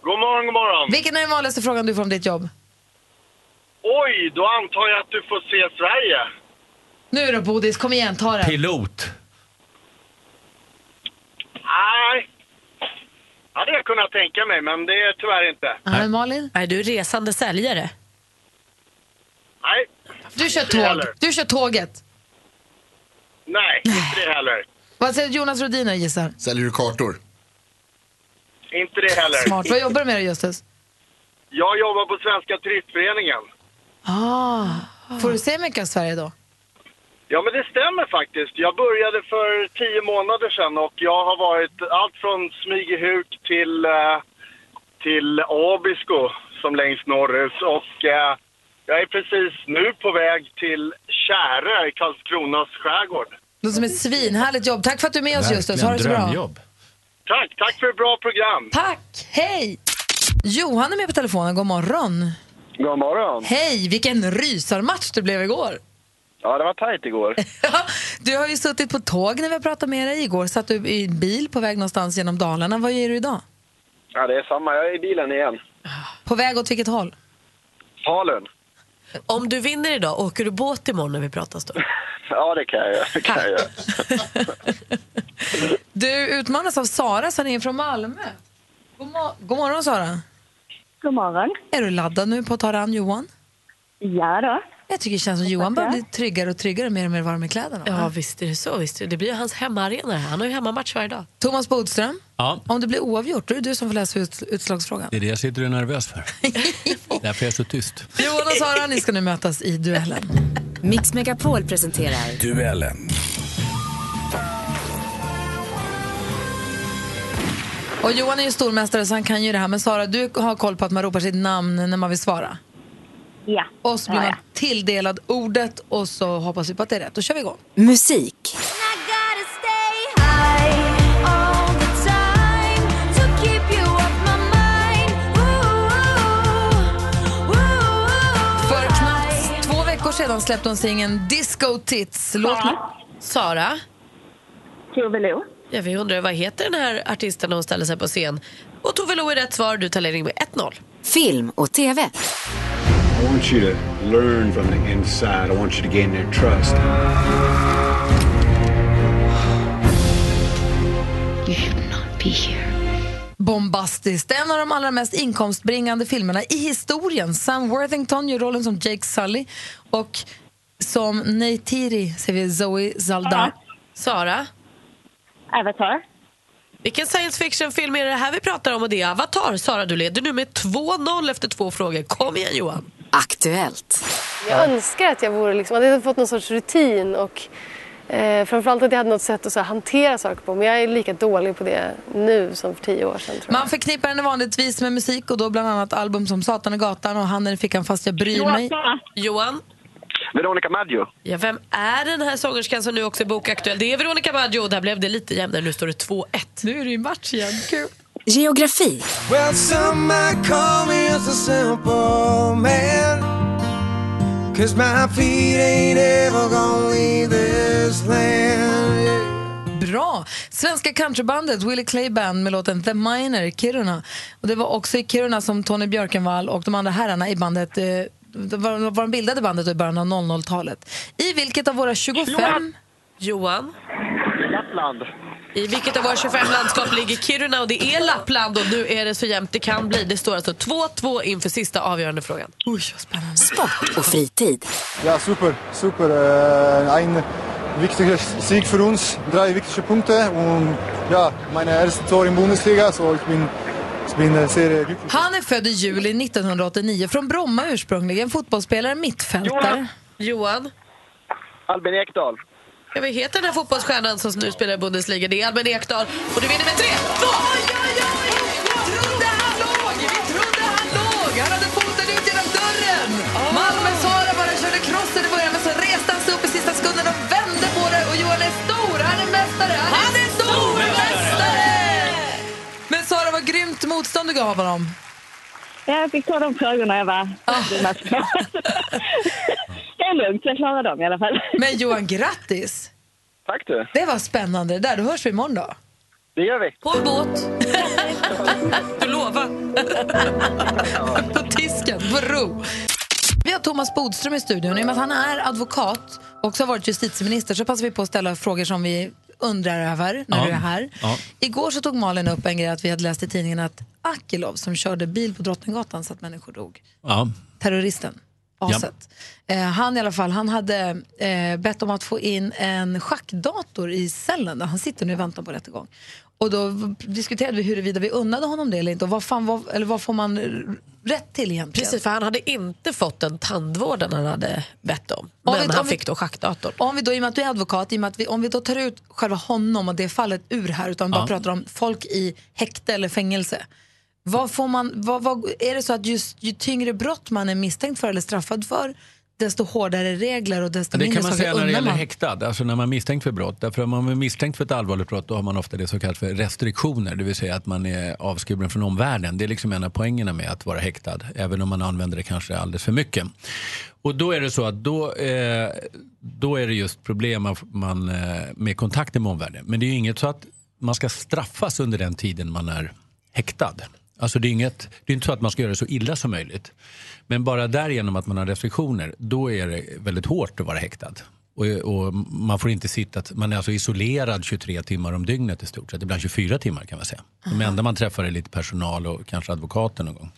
L: God morgon, god morgon.
B: Vilken är den vanligaste frågan du får om ditt jobb?
L: Oj, då antar jag att du får se Sverige.
B: Nu då, Bodis. Kom igen, ta det.
J: Pilot.
L: Nej. Hade jag kunnat tänka mig, men det är tyvärr inte.
B: Nej. Malin?
C: Nej, du är resande säljare.
L: Nej.
B: Du kör
L: Inte det
B: tåg.
L: heller.
B: Du kör tåget.
L: Nej, inte det heller.
B: Vad säger Jonas Rodiner gissar?
M: Säljer du kartor?
L: Inte det heller.
B: Smart. Vad jobbar du med då, Justus?
L: Jag jobbar på Svenska Turistföreningen.
B: Ah. Får du se mycket av Sverige då?
L: Ja, men det stämmer faktiskt. Jag började för tio månader sedan och jag har varit allt från Smygehuk till, eh, till Abisko som längst norrut. Och eh, jag är precis nu på väg till Kärö i Karlskronas skärgård.
B: Något som är ett svinhärligt jobb. Tack för att du är med oss, Justus. Ha det så bra.
L: Tack, tack för ett bra program.
B: Tack. Hej! Johan är med på telefonen. God morgon.
N: God morgon.
B: Hej! Vilken rysarmatch det blev igår.
N: Ja, det var tajt igår.
B: <laughs> Du har ju suttit på tåg när vi har pratat med dig. Igår satt du i en bil på väg någonstans genom Dalarna. Vad gör du idag?
N: Ja, det är samma. Jag är i bilen igen.
B: På väg åt vilket håll?
N: Falun.
C: Om du vinner idag, åker du båt imorgon när vi pratas då?
N: Ja, det kan jag göra. Det kan jag göra.
B: Du utmanas av Sara som är från Malmö. God, mo- God morgon, Sara. God morgon. Är du laddad nu på att ta dig an Johan? Ja då. Jag tycker det känns som Johan börjar bli tryggare och tryggare mer och mer varm i kläderna.
C: Ja, visst är det så. Visst är det. det blir ju hans hemmaarena. här. Han har ju hemmamatch varje dag.
B: Thomas Bodström,
J: Ja,
B: om det blir oavgjort, då är det du som får läsa ut, utslagsfrågan.
J: det är det jag sitter och är nervös för. Därför är jag så tyst.
B: Johan och Sara, ni ska nu mötas i duellen.
D: Mix Megapol presenterar
J: Duellen.
B: Och Johan är ju stormästare så han kan ju det här. Men Sara, du har koll på att man ropar sitt namn när man vill svara? Ja. Och så blir
D: Ja,
B: man tilldelad ordet och så hoppas vi på att det är rätt. Då kör vi igång.
D: musik.
B: För knappt två veckor sedan släppte hon singeln Disco Tits. Låt mig...
C: Sara? Tove Lo. Ja, vi undrar vad heter den här artisten när hon ställer sig på scen? Och Tove Lo är rätt svar. Du tar ledning med 1-0.
D: Film och TV.
O: I want you to learn from the inside. I want you to gain their trust.
B: Bombastiskt. En av de allra mest inkomstbringande filmerna i historien. Sam Worthington gör rollen som Jake Sully och som Neytiri ser vi Zoe Saldana.
C: Sara? Avatar. Vilken science fiction-film är det här vi pratar om? Och det är Avatar. Sara, du leder nu med 2-0 efter två frågor. Kom igen, Johan.
D: Aktuellt.
P: Jag önskar att jag vore liksom, att jag hade fått någon sorts rutin och eh, framförallt att jag hade något sätt att så här, hantera saker på. Men jag är lika dålig på det nu som för tio år sedan. Tror jag.
B: Man förknippar henne vanligtvis med musik och då bland annat album som Satan och Gatan och Handen i fickan fast jag bryr mig.
C: Johan?
N: Veronica Maggio.
C: Ja, vem är den här sångerskan som nu också är bokaktuell? Det är Veronica Maggio. Där blev det lite jämnare. Nu står det 2-1.
B: Nu är det ju match igen. Kul.
D: Geografi.
Q: Well, some might call me just a simple man. Cause my feet ain't ever gonna leave this land.
B: Bra! Svenska countrybandet Willie Clay Band med låten The Miner i Kiruna. Och det var också i Kiruna som Tony Björkenvall och de andra herrarna i bandet eh, var, var de bildade bandet i början av 00-talet. I vilket av våra 25...
C: Johan?
N: Lappland.
C: I vilket av våra 25 landskap ligger Kiruna? Och det är Lappland och nu är det så jämnt det kan bli. Det står alltså 2-2 inför sista avgörande frågan.
B: Oj, vad spännande.
D: Sport och fritid.
R: Ja, super, super. Äh, ein wichtiger Sieg für uns, drei wichtige Punkte und ja, meine erste Tor in Bundesliga, so ich bin, ich bin äh, sehr glücklich.
B: Han är född i juli 1989, från Bromma ursprungligen, fotbollsspelare, mittfältare.
C: Johan?
N: Albin Ekdal.
C: Ja, vad heter den här fotbollsstjärnan som nu spelar i Bundesliga? Det är Albin Ekdal. Och du vinner med 3-2!
B: låg. Han hade foten ut genom dörren. Malmö Sara bara körde crossen i början, men så reste han sig upp i sista sekunden och vände på det. Och Johan är stor. Han är mästare. Han, är stormästare! Men Sara, vad grymt motstånd du gav honom.
E: <laughs> Jag fick ta de frågorna jag var.
M: är lugnt, jag klarar dem i alla fall.
B: Men Johan, grattis!
N: Tack du.
B: Det var spännande det där. Då hörs vi imorgon då.
N: Det gör vi.
B: På en båt. <laughs> du <laughs> lovar. på tisken, på ro. Vi har Thomas Bodström i studion. I och med att han är advokat och också har varit justitieminister så passar vi på att ställa frågor som vi undrar över när
S: Ja.
B: du är här.
S: Ja.
B: Igår så tog Malin upp en grej att vi hade läst i tidningen att Akilov som körde bil på Drottninggatan så att människor dog.
J: Ja.
B: Terroristen.
J: Ja.
B: Aset. Eh, han i alla fall, han hade eh, bett om att få in en schackdator i cellen där han sitter nu i väntan på rättegång. Och då v- diskuterade vi huruvida vi unnade honom det eller inte och vad, fan, vad, eller vad får man r- rätt till egentligen?
S: Precis, för han hade inte fått den tandvården han hade bett om. Men
B: vi- om
S: han
B: vi-
S: fick då schackdatorn.
B: Om vi då, i och med att du är advokat, i och med att vi, om vi då tar ut själva honom och det fallet ur här utan bara
S: Ja.
B: pratar om folk i häkte eller fängelse. Vad får man, vad, vad, är det så att just, ju tyngre brott man är misstänkt för eller straffad för desto hårdare regler och desto
J: Det
B: mindre
J: kan man
B: saker
J: säga när det
B: unnar
J: gäller
B: man?
J: häktad, alltså när man är misstänkt för brott. Därför om man är misstänkt för ett allvarligt brott då har man ofta det som kallas för restriktioner, det vill säga att man är avskuren från omvärlden. Det är liksom en av poängerna med att vara häktad, även om man använder det kanske alldeles för mycket. Och då är det så att då, eh, då är det just problem man, man, eh, med kontakten med omvärlden. Men det är ju inget så att man ska straffas under den tiden man är häktad. Alltså det är, inget, det är inte så att man ska göra det så illa som möjligt. Men bara därigenom att man har restriktioner, då är det väldigt hårt att vara häktad. Och, och man får inte sitta, man är alltså isolerad 23 timmar om dygnet i stort sett, ibland 24 timmar kan man säga. De
S: Aha.
J: enda man träffar är lite personal och kanske advokaten någon gång.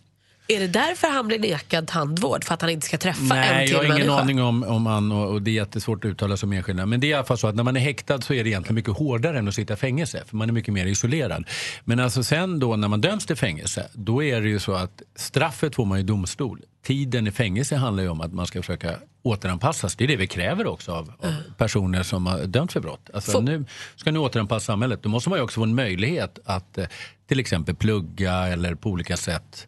S: Är det därför han blir nekad tandvård? För att han inte ska träffa en
J: Nej,
S: till
J: jag har ingen
S: människa?
J: aning om, om han och, och det är jättesvårt att uttala sig om enskilda. Men det är i alla fall så att när man är häktad så är det egentligen mycket hårdare än att sitta i fängelse. För man är mycket mer isolerad. Men alltså sen då när man döms till fängelse, då är det ju så att straffet får man i domstol. Tiden i fängelse handlar ju om att man ska försöka återanpassas. Det är det vi kräver också av, av personer som har dömts för brott. Alltså,
S: Får-
J: Nu ska ni återanpassa samhället. Då måste man ju också få en möjlighet att eh, till exempel plugga eller på olika sätt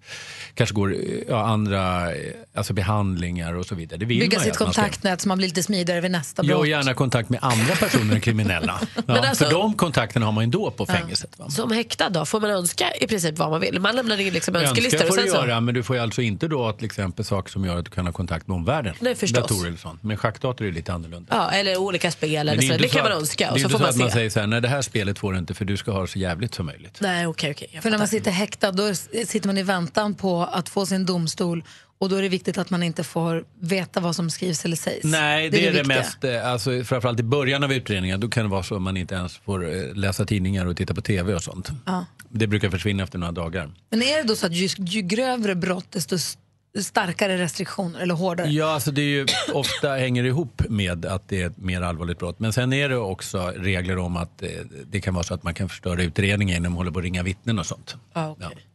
J: kanske går eh, ja, andra eh, alltså behandlingar och så vidare. Det vill
B: Bygga
J: man ju
B: sitt
J: att man ska-
B: kontaktnät så man blir lite smidigare vid nästa
J: Ja, och
B: brott.
J: gärna kontakt med andra personer än kriminella. Ja,
S: <laughs> Men alltså-
J: för de kontakterna har man ju ändå på
S: Ja.
J: fängelset. Va?
S: Som häktad då, får man önska i princip vad man vill? Man lämnar in liksom önskelistor.
J: Önska
S: och
J: får du
S: sen så-
J: göra, men du får ju alltså inte då till exempel saker som gör att du kan ha kontakt med omvärlden.
S: Nej, förstås.
J: Datorer eller sånt. Men schackdator är ju lite annorlunda.
S: Ja, eller olika spel.
J: Men
S: Eller
J: är
S: så.
J: inte
S: Det
J: så
S: kan man
J: att-
S: önska
J: Det
S: och
J: är
S: så
J: inte
S: får
J: så
S: man
J: att
S: se.
J: man säger så här, nej det här spelet får du inte för du ska ha det så jävligt som möjligt.
S: Nej, okej, okej. jag
B: För när
S: fattar.
B: man sitter häktad då s- sitter man i väntan på att få sin domstol och då är det viktigt att man inte får veta vad som skrivs eller sägs.
J: Nej, det, är det,
B: viktiga.
J: mest, eh, alltså, framförallt i början av utredningen, då kan det vara så att man inte ens får eh, läsa tidningar och titta på tv och sånt.
B: Ja.
J: Det brukar försvinna efter några dagar.
B: Men är det då så att ju, ju grövre brott desto s- starkare restriktioner eller hårdare?
J: Ja, alltså det är ju, <coughs> ofta hänger det ihop med att det är ett mer allvarligt brott. Men sen är det också regler om att eh, det kan vara så att man kan förstöra utredningen genom att hålla på och ringa vittnen och sånt.
S: Ja, okej.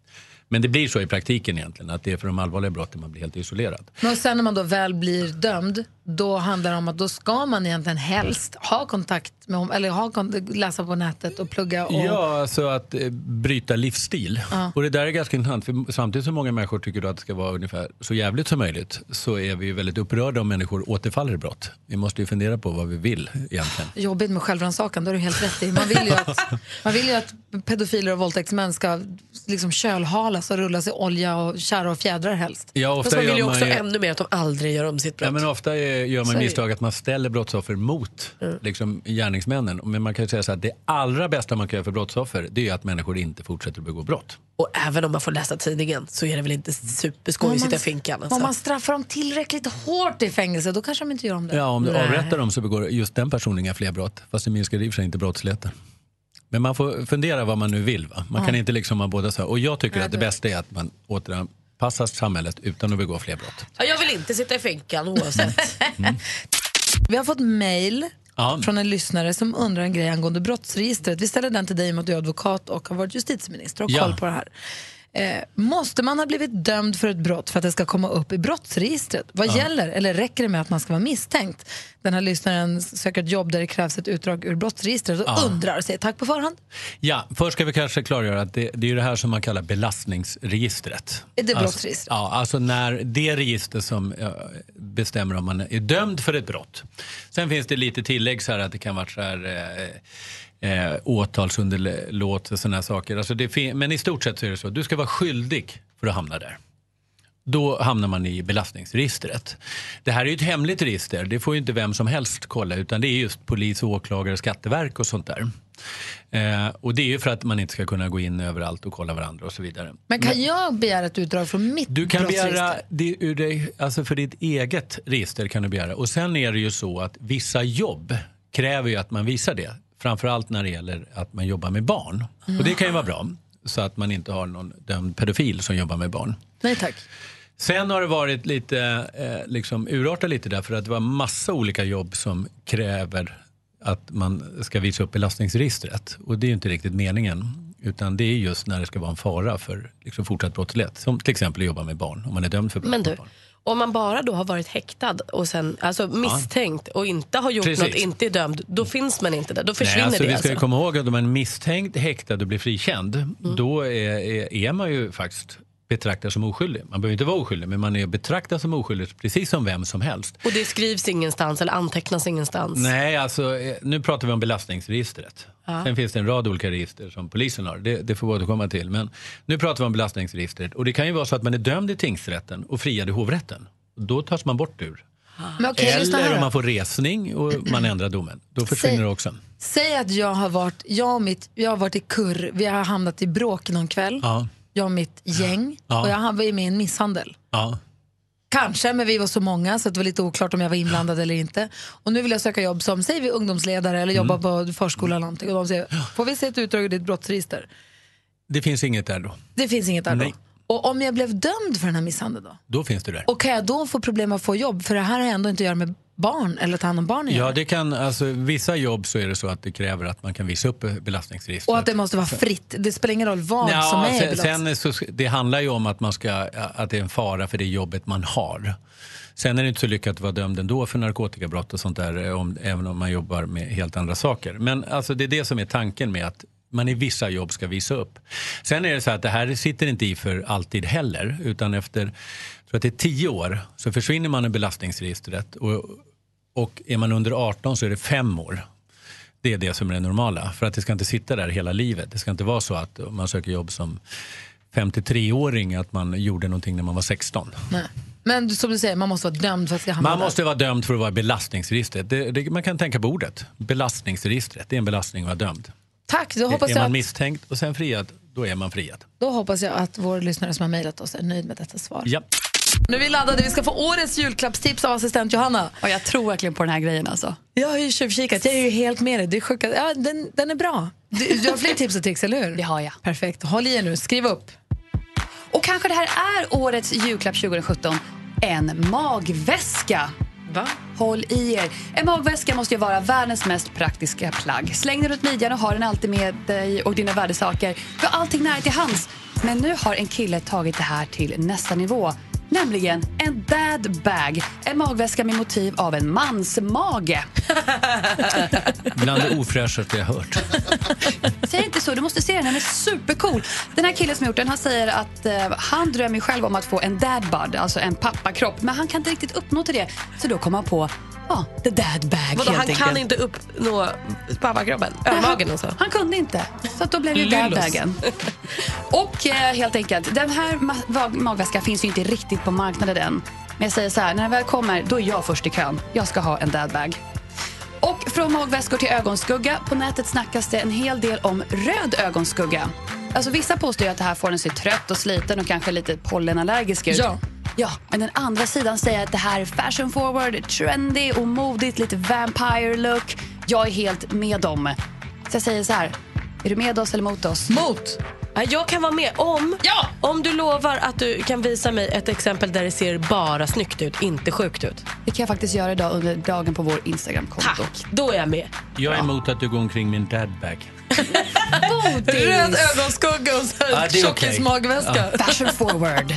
J: Men det blir så i praktiken egentligen, att det är för de allvarliga brotten man blir helt isolerad.
B: Men och sen när man då väl blir dömd, då handlar det om att då ska man egentligen helst ha kontakt med, om- eller ha, kon- läsa på nätet och plugga och
J: Ja, alltså att eh, bryta livsstil.
B: Ja.
J: Och det där är ganska intressant, för samtidigt som många människor tycker då att det ska vara ungefär så jävligt som möjligt, så är vi ju väldigt upprörda om människor återfaller i brott. Vi måste ju fundera på vad vi vill egentligen.
B: jobbigt med självrannsakan, då har du helt rätt i. Man vill ju att,
J: <laughs>
B: man vill ju att pedofiler och våldtäktsmän ska liksom kölhalas och rullas i olja och kära och fjädrar helst.
J: Ja,
S: Fast man vill ju
J: gör man
S: också
J: ju-
S: ännu mer att de aldrig gör om sitt brott.
J: Ja, men ofta eh, gör
S: Så är
J: man
S: det.
J: misstag att man ställer brottsoffer mot liksom, gärningsmännen. Men man kan ju säga så att det allra bästa man kan göra för brottsoffer det är ju att människor inte fortsätter att begå brott.
S: Och även om man får läsa tidningen så är det väl inte superskoj att sitta i finkan. Alltså.
B: Om man straffar dem tillräckligt hårt i fängelse, då kanske de inte gör om det.
J: Ja, om du
B: Nej.
J: avrättar dem så begår just den personen inga fler brott. Fast det minskar i och för sig inte brottsligheten. Men man får fundera vad man nu vill. Va? Man
B: Ja.
J: kan inte liksom ha båda så här. Och jag tycker
S: Nej,
J: att det
S: det-
J: bästa är att man återanpassar samhället utan att begå fler brott.
S: Ja, jag vill inte sitta i finkan oavsett.
B: Vi har fått mejl
J: Ja.
B: från en lyssnare som undrar en grej angående brottsregistret. Vi ställer den till dig i och med att du är advokat och har varit justitieminister och har
S: Ja.
B: koll på det här. Eh, måste man ha blivit dömd för ett brott för att det ska komma upp i brottsregistret? Vad
S: Ja.
B: gäller? Eller räcker det med att man ska vara misstänkt? Den här lyssnaren söker ett jobb där det krävs ett utdrag ur brottsregistret och
J: Ja.
B: undrar och säger tack på förhand.
J: Ja, först ska vi kanske klargöra att det, det är ju det här som man kallar belastningsregistret.
B: Är det
J: Alltså,
B: brottsregistret?
J: ja, alltså när det register som eh, bestämmer om man är dömd för ett brott. Sen finns det lite tillägg så här att det kan vara så här, eh, eh, åtalsunderlåtelse och sådana saker. Alltså det fin- men i stort sett så är det så. Du ska vara skyldig för att hamna där. då hamnar man i belastningsregistret. Det här är ju ett hemligt register, det får ju inte vem som helst kolla utan det är just polis, åklagare, skatteverk och sånt där. Eh, och det är ju för att man inte ska kunna gå in överallt och kolla varandra och så vidare.
B: Men kan jag begära ett utdrag från mitt
J: Du kan
B: brottsregister?
J: begära det ur dig, alltså för ditt eget register kan du begära. Och sen är det ju så att vissa jobb kräver ju att man visar det. Framförallt när det gäller att man jobbar med barn. Och det kan ju vara bra. Så att man inte har någon dömd pedofil som jobbar med barn.
B: Nej tack.
J: Sen har det varit lite, eh, liksom urartat lite där för att det var massa olika jobb som kräver att man ska visa upp belastningsregistret. Och det är ju inte riktigt meningen. Utan det är just när det ska vara en fara för liksom, fortsatt brottslighet. Som till exempel att jobba med barn, om man är dömd för brott.
C: Men du, om man bara då har varit häktad och sen alltså misstänkt och inte har gjort
J: Precis.
C: något, inte är dömd, då finns man inte där. Då försvinner
J: Nej, alltså,
C: det.
J: Vi ska ju
C: alltså. Mm.
J: komma ihåg att om man är misstänkt, häktad och blir frikänd, då är, är, är man ju faktiskt betraktad som oskyldig. Man behöver inte vara oskyldig, men man är betraktad som oskyldig precis som vem som helst.
C: Och det skrivs ingenstans eller antecknas ingenstans.
J: Nej, alltså eh, nu pratar vi om belastningsregistret.
C: Ja.
J: Sen finns det en rad olika register som polisen har. Det, det får vi återkomma till. Men nu pratar vi om belastningsregistret. Och det kan ju vara så att man är dömd i tingsrätten och friad i hovrätten. Då tas man bort ur.
B: Men okej, lyssna här
J: Eller
B: då.
J: om man får resning och man ändrar domen. Då försvinner
B: Säg-
J: det också.
B: Säg att jag har varit, jag och mitt, jag har varit i kurr, vi har hamnat i bråk någon kväll,
J: Ja.
B: jag och mitt gäng,
J: Ja.
B: och jag har varit med i en misshandel.
J: Ja.
B: Kanske, men vi var så många så att det var lite oklart om jag var inblandad eller inte. Och nu vill jag söka jobb som, säger vi ungdomsledare eller
J: Mm.
B: jobba på förskola eller någonting. Och de säger, får vi se ett utdrag ur ditt brottsregister?
J: Det finns inget där då.
B: Det finns inget där då.
J: Nej.
B: Och om jag blev dömd för den här misshandeln då?
J: Då finns det där.
B: Och kan jag då få problem med att få jobb? För det här har jag ändå inte att göra med barn eller ta hand om barn att göra.
J: Ja, det kan, alltså, vissa jobb så är det så att det kräver att man kan visa upp eh, belastningsregistret.
B: Och att det måste vara fritt. Det spelar ingen roll vad
J: Nja,
B: som är i
J: sen,
B: belastat.
J: sen är så, Det handlar ju om att, man ska, att det är en fara för det jobbet man har. Sen är det inte så lyckat att vara dömd ändå för narkotikabrott och sånt där, eh, om, även om man jobbar med helt andra saker. Men alltså, det är det som är tanken med att man i vissa jobb ska visa upp. Sen är det så att det här sitter inte i för alltid heller, utan efter jag tror att det är tio år så försvinner man ur belastningsregistret. Och, och är man under 18 så är det fem år. Det är det som är det normala. För att det ska inte sitta där hela livet. Det ska inte vara så att om man söker jobb som 53-åring att man gjorde någonting när man var 16.
B: Nej. Men som du säger, man måste vara dömd för att ska hamna
J: Man
B: där.
J: måste vara dömd för att vara i belastningsregistret. Det, det, man kan tänka på ordet. Belastningsregistret, det är en belastning att vara dömd.
B: Tack, då hoppas,
J: Är man
B: jag att,
J: misstänkt och sen friad, då är man friad.
B: då hoppas jag att vår lyssnare som har mejlat oss är nöjd med detta svar.
J: Ja.
B: Nu är vi laddade, vi ska få årets julklappstips av assistent Johanna.
M: Och jag tror verkligen på den här grejen alltså.
B: Jag har ju tjuvkikat, jag är ju helt med dig. Det är sjukt. att- Ja, den, den är bra. Du, du har fler tips och tricks, eller hur? Det har jag. Perfekt, håll i er nu, skriv upp.
M: Och kanske det här är årets julklapp 2017. En magväska.
B: Va?
M: Håll i er. En magväska måste ju vara världens mest praktiska plagg. Släng den runt midjan och ha den alltid med dig och dina värdesaker. Du har allting nära till hands. Men nu har en kille tagit det här till nästa nivå. Nämligen en dad bag. En magväska med motiv av en mans mage.
J: Bland det ofräschaste jag hört.
M: Säg inte så, du måste se den. Den är supercool. Den här killen som gjort den, han säger att eh, han drömmer själv om att få en dad bud, alltså en pappakropp. Men han kan inte riktigt uppnå till det. Så då kom han på, ja, the dad bag
C: Vadå,
M: helt
C: han kan
M: enkelt.
C: inte uppnå pappakroppen? Ölmagen alltså?
M: Han kunde inte, så att då blev det dad
C: Lyllos.
B: <laughs>
M: bagen. Och eh, helt enkelt, den här ma- va- magväskan finns ju inte riktigt på marknaden än. Men jag säger så här, när den väl kommer, då är jag först i kön. Jag ska ha en dadbag. Och från magväskor till ögonskugga. På nätet snackas det en hel del om röd ögonskugga. Alltså vissa påstår ju att det här får en sig trött och sliten och kanske lite pollenallergisk ut.
B: Ja.
M: Ja, men den andra sidan säger att det här är fashion forward, trendy och modigt, lite vampire look. Jag är helt med dem. Så jag säger så här, är du med oss eller mot oss?
B: Mot!
C: Ja, Jag kan vara med om, om du lovar att du kan visa mig ett exempel där det ser bara snyggt ut, inte sjukt ut.
M: Det kan jag faktiskt göra idag under dagen på vår Instagram-konto. Tack,
C: då är jag med.
J: Jag är emot att du går omkring med en dadbag.
B: Röd ögonskugga och så här
J: Ja, det är
B: tjockis
J: okej.
B: magväska.
J: Ja.
M: Fashion <laughs> forward.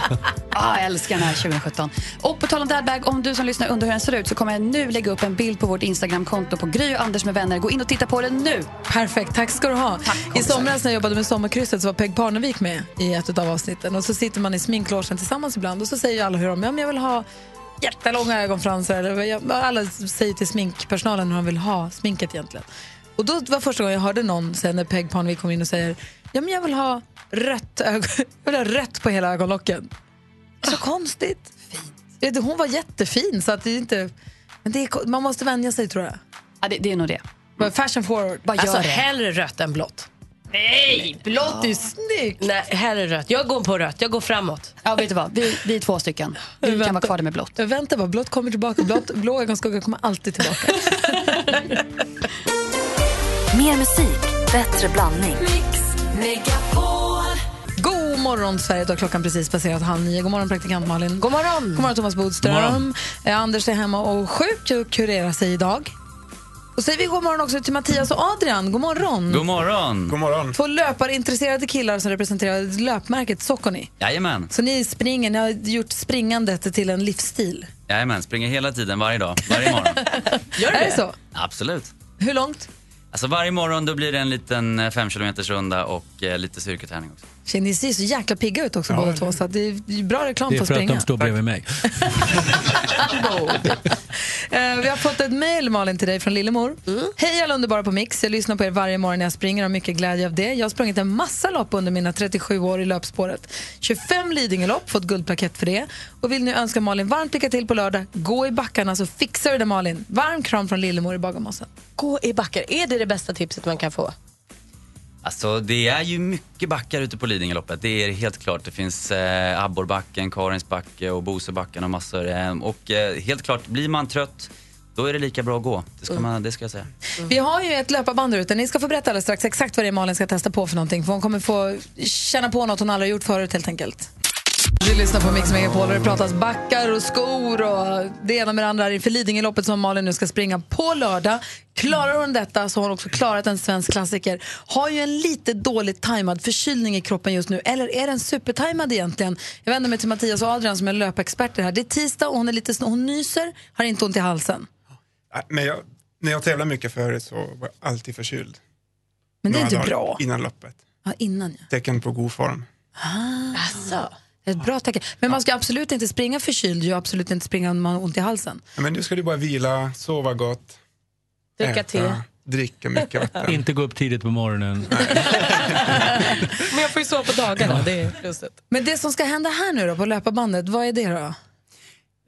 M: Ah, jag älskar den här 2017. Och på tal om dadbag, om du som lyssnar undrar hur den ser ut så kommer jag nu lägga upp en bild på vårt Instagramkonto på Gry och Anders med vänner. Gå in och titta på den nu.
B: Perfekt, tack ska du ha. I somras när jag jobbade med Sommarkrysset så var Peg Parnevik med i ett av avsnitten. Och så sitter man i sminklåsen tillsammans ibland och så säger ju alla hur de, ja men jag vill ha jättelånga ögonfransar. Eller, jag- Alla säger till sminkpersonalen hur de vill ha sminket egentligen. Och då var första gången jag hörde någon säga när Peg Parnevik <laughs> kom in och säger, ja men jag vill ha rött, ögon, jag vill ha rött på hela ögonlocken. Så konstigt. Fint. Hon var jättefin, så att det är inte... Men det är, ko- man måste vänja sig, tror jag.
M: Ja, det, är nog det.
B: Fashion forward. Mm. Bara
C: Alltså
B: gör det.
C: hellre rött än blått.
M: Nej, blått är snyggt.
C: Nej, hellre rött. Jag går på rött. Jag går framåt.
M: Ja, vet du vad? Vi, vi är två stycken. Du kan vara kvar där med blått.
B: Vänta bara, blått kommer tillbaka. Blått, blå ögonskugga kommer alltid tillbaka.
D: Mer musik, bättre blandning.
B: <laughs> God morgon, Sverige. Då har klockan precis passerat halv nio. God morgon, praktikant Malin. God morgon, God morgon Thomas Bodström.
S: God morgon.
B: Eh, Anders är hemma och sjuk och kurerar sig idag. Och säger vi god morgon också till Mattias och Adrian. God morgon.
T: God morgon! God morgon!
B: Två löparintresserade killar som representerar löpmärket Socconi.
T: Jajamän.
B: Så ni springer, ni har gjort springandet till en livsstil.
T: Jajamän, springer hela tiden, varje dag, varje morgon.
U: <laughs>
B: Gör är det så?
T: Absolut.
B: Hur långt?
T: Alltså varje morgon då blir det en liten eh, fem kilometers runda och eh, lite styrketräning också.
B: Tjej, Ni ser så jäkla pigga ut också
T: Ja.
B: båda två, så att det är det är bra reklam för att springa.
J: står bredvid mig.
B: Eh, vi har fått ett mejl, Malin, till dig från Lillemor. Hej alla underbara på Mix. Jag lyssnar på er varje morgon när jag springer och har mycket glädje av det. Jag har sprungit en massa lopp under mina 37 år i löpspåret. 25 Lidingölopp, fått guldplakett för det. Och vill nu önska Malin varmt lycka till på lördag. Gå i backarna så fixar du det Malin. Varm kram från Lillemor i Bagarmossen.
C: Gå i backar. Är det det bästa tipset man kan få?
T: Alltså det är ju mycket backar ute på Lidingöloppet, det är helt klart. Det finns eh, Abborrbacken, Karins backe och Bosebacken och massor. Eh, och eh, helt klart, blir man trött då är det lika bra att gå. Det ska, man, det ska jag säga.
B: Mm. Vi har ju ett löparband där ute. Ni ska få berätta alldeles strax exakt vad det är Malin ska testa på för någonting. För hon kommer få känna på något hon aldrig har gjort förut helt enkelt. Du lyssnar på Mix Megapol och det pratas backar och skor och det ena med det andra inför Lidingöloppet som Malin nu ska springa på lördag. Klarar hon detta så har hon också klarat en svensk klassiker. Har ju en lite dåligt tajmad förkylning i kroppen just nu. Eller är den supertajmad egentligen? Jag vänder mig till Mattias och Adrian som är löpexperter här. Det är tisdag och hon är lite snö. Hon nyser, har inte ont i halsen.
U: Nej, Äh, Men jag, när jag tävlade mycket förut så var jag alltid förkyld.
B: Men det är
U: Några
B: inte
U: dagar
B: bra.
U: Innan loppet.
B: Ja, innan ja.
U: Tecken på god form.
B: Alltså. Ett bra tecken. Men man ska absolut inte springa förkyld ju, absolut inte springa om man har ont i halsen.
U: Ja, Men nu ska du bara vila, sova gott.
B: Dricka
U: äta,
B: te.
U: Dricka mycket vatten.
J: Inte gå upp tidigt på morgonen.
B: Men jag får ju sova på dagarna, det är plusset. Men det som ska hända här nu då på löparbandet, vad är det då?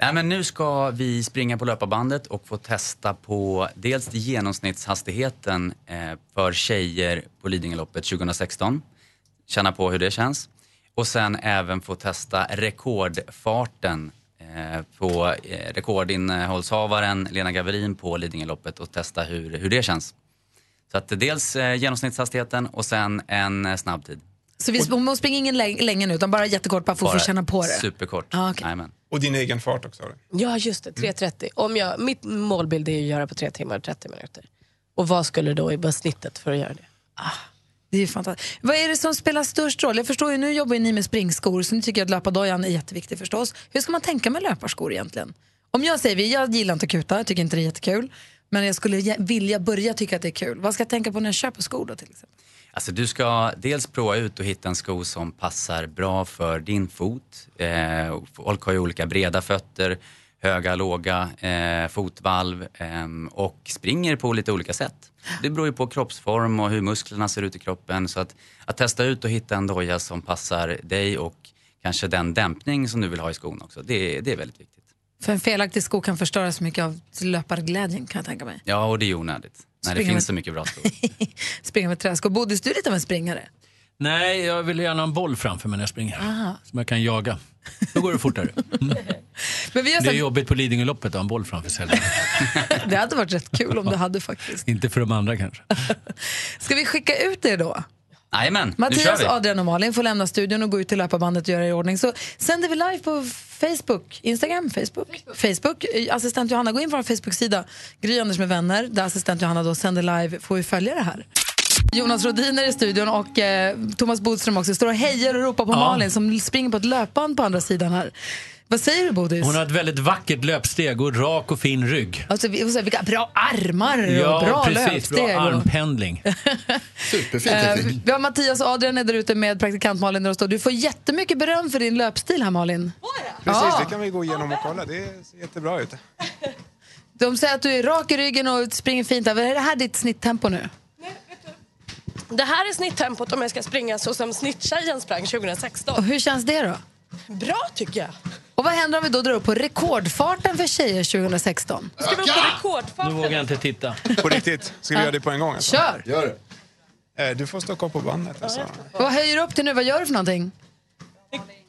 T: Nej, men nu ska vi springa på löparbandet och få testa på dels genomsnittshastigheten eh, för tjejer på Lidingöloppet 2016. Känna på hur det känns. Och sen även få testa rekordfarten eh, på eh, rekordinnehållshavaren Lena Gaverin på Lidingöloppet och testa hur, hur det känns. Så att dels eh, genomsnittshastigheten och sen en eh, snabbtid.
B: Så vi sp- hon springer ingen lä- länge nu utan bara jättekort bara för att få
T: Bara
B: känna på det.
T: Superkort.
B: Ja, okej.
T: Jajamän.
U: Och din egen fart också.
C: Ja, just det. 3.30. Om jag, mitt målbild är att göra på 3 timmar och 30 minuter. Och vad skulle då i snittet för att göra det?
B: Det är ju fantastiskt. Vad är det som spelar störst roll? Jag förstår ju, nu jobbar ju ni med springskor så nu tycker jag att löpardojan är jätteviktig förstås. Hur ska man tänka med löparskor egentligen? Om jag säger, vi, jag gillar inte att kuta, jag tycker inte det är jättekul. Men jag skulle ge- vilja börja tycka att det är kul. Vad ska jag tänka på när jag köper skor då till exempel?
T: Alltså du ska dels prova ut och hitta en sko som passar bra för din fot. Eh, folk har ju olika breda fötter, höga, låga, eh, fotvalv ehm, och springer på lite olika sätt. Det beror ju på kroppsform och hur musklerna ser ut i kroppen. Så att, att testa ut och hitta en doja som passar dig och kanske den dämpning som du vill ha i skon också, det, det är väldigt viktigt.
B: För en felaktig sko kan förstöra så mycket av löparglädjen kan jag tänka mig. <laughs>
T: Ja, och det är onödigt när det
B: Springa
T: finns
B: med-
T: så mycket bra skor.
B: <laughs> Springa med träskor. Bodis, du är lite av en springare.
J: Nej, jag vill gärna ha en boll framför mig när jag springer.
B: Aha.
J: Som jag kan jaga. Då går det fortare.
B: Men vi har
U: Alltså-
J: Det är
B: sagt-
J: jobbigt på Lidingöloppet att ha en boll framför sig.
U: <laughs>
B: <laughs> Det hade varit rätt kul om du hade faktiskt.
J: Inte för de andra kanske.
B: Ska vi skicka ut er då?
T: Jajamän, nu kör
B: Mattias,
T: vi!
B: Adrian och Malin får lämna studion och gå ut till löparbandet och göra i ordning. Så sänder vi live på Facebook, Instagram, Facebook. Facebook. Eh, Assistent Johanna, gå in på vår Facebook-sida, Gry Anders med vänner, där assistent Johanna då sänder live, får vi följa det här. Jonas Rodin är i studion och eh, Thomas Bodström också står och hejar och ropar på
J: Ja.
B: Malin som springer på ett löpband på andra sidan här. Vad säger du Bodis?
J: Hon har ett väldigt vackert löpsteg och rak och fin rygg.
B: Alltså, vi- och så här, vilka bra armar och bra
J: precis.
B: löpsteg.
J: Bra
B: och-
J: armpendling. Superfin
B: Eh, vi har Mattias och Adrian är där ute med praktikant Malin. där de står. Du får jättemycket beröm för din löpstil här Malin.
U: Precis,
B: Ja.
U: det kan vi gå igenom och kolla. Det ser jättebra ut.
B: <laughs> De säger att du är rak i ryggen och springer fint. Är det här ditt snitttempo nu?
S: Det här är snitttempot om jag ska springa så som snitttjejen sprang 2016.
B: Och hur känns det då?
S: Bra tycker jag.
B: Och vad händer om vi då drar upp på rekordfarten för tjejer 2016?
S: Ska vi upp på rekordfart?
U: <laughs> Nu vågar jag inte titta. På riktigt? Ska vi
B: Ja.
U: göra det på en gång? Alltså?
B: Kör.
U: Gör det. Eh, Du får stå kvar på bandet. Alltså.
B: Vad höjer du upp till nu? Vad gör du för någonting?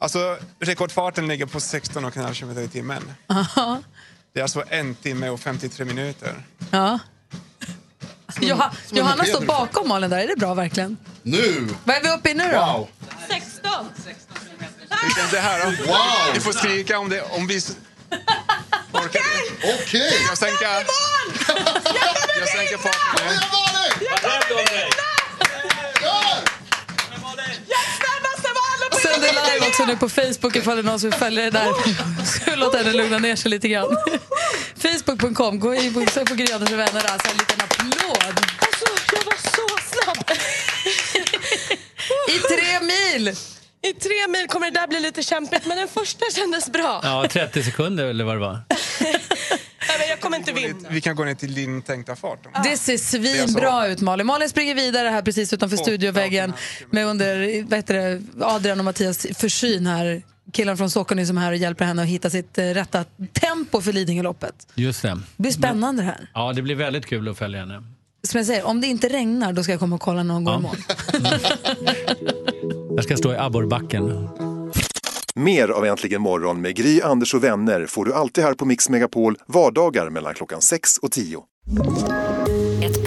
U: Alltså, rekordfarten ligger på 16,5 km i timmen.
B: Aha.
U: Det är alltså en timme och 53 minuter.
B: Ja. Joha,
U: som en
B: Johanna
U: moped
B: står
U: ungefär.
B: bakom Malin där. Är det bra verkligen?
A: Nu!
B: Vad är vi uppe i nu då?
A: Wow.
S: 16.
U: Hur känns det här då?
A: Wow.
U: Ni får skrika om det... Om vi... Okej!
A: Okej!
U: Jag sänker... Jag sänker farten nu.
B: Sänder live också nu på Facebook ifall det är någon som vill följa det där. Så Låt henne lugna ner sig lite grann. Facebook.com, gå in på sök på Gry Anders och vänner. Alltså en liten applåd.
S: Alltså, jag var så snabb.
B: I tre mil!
S: I tre mil kommer det där bli lite kämpigt, men den första kändes bra.
J: Ja, 30 sekunder eller vad det var.
S: Nej, men jag kommer inte vinna.
U: Vi kan gå ner till din tänkta fart. Då.
B: Det ser svinbra ut Malin. Malin springer vidare här precis utanför studioväggen med under vad heter det, Adrian och Mattias försyn här. Killen från Såkony som är här och hjälper henne att hitta sitt eh, rätta tempo för Lidingöloppet.
J: Just det.
B: Det blir spännande det här.
J: Ja, det blir väldigt kul att följa henne.
B: Som jag säger, om det inte regnar då ska jag komma och kolla någon gång imorgon.
J: Jag ska stå i abborrbacken.
H: Mer av Äntligen morgon med Gry, Anders och vänner får du alltid här på Mix Megapol vardagar mellan klockan 6 och 10.
D: Ett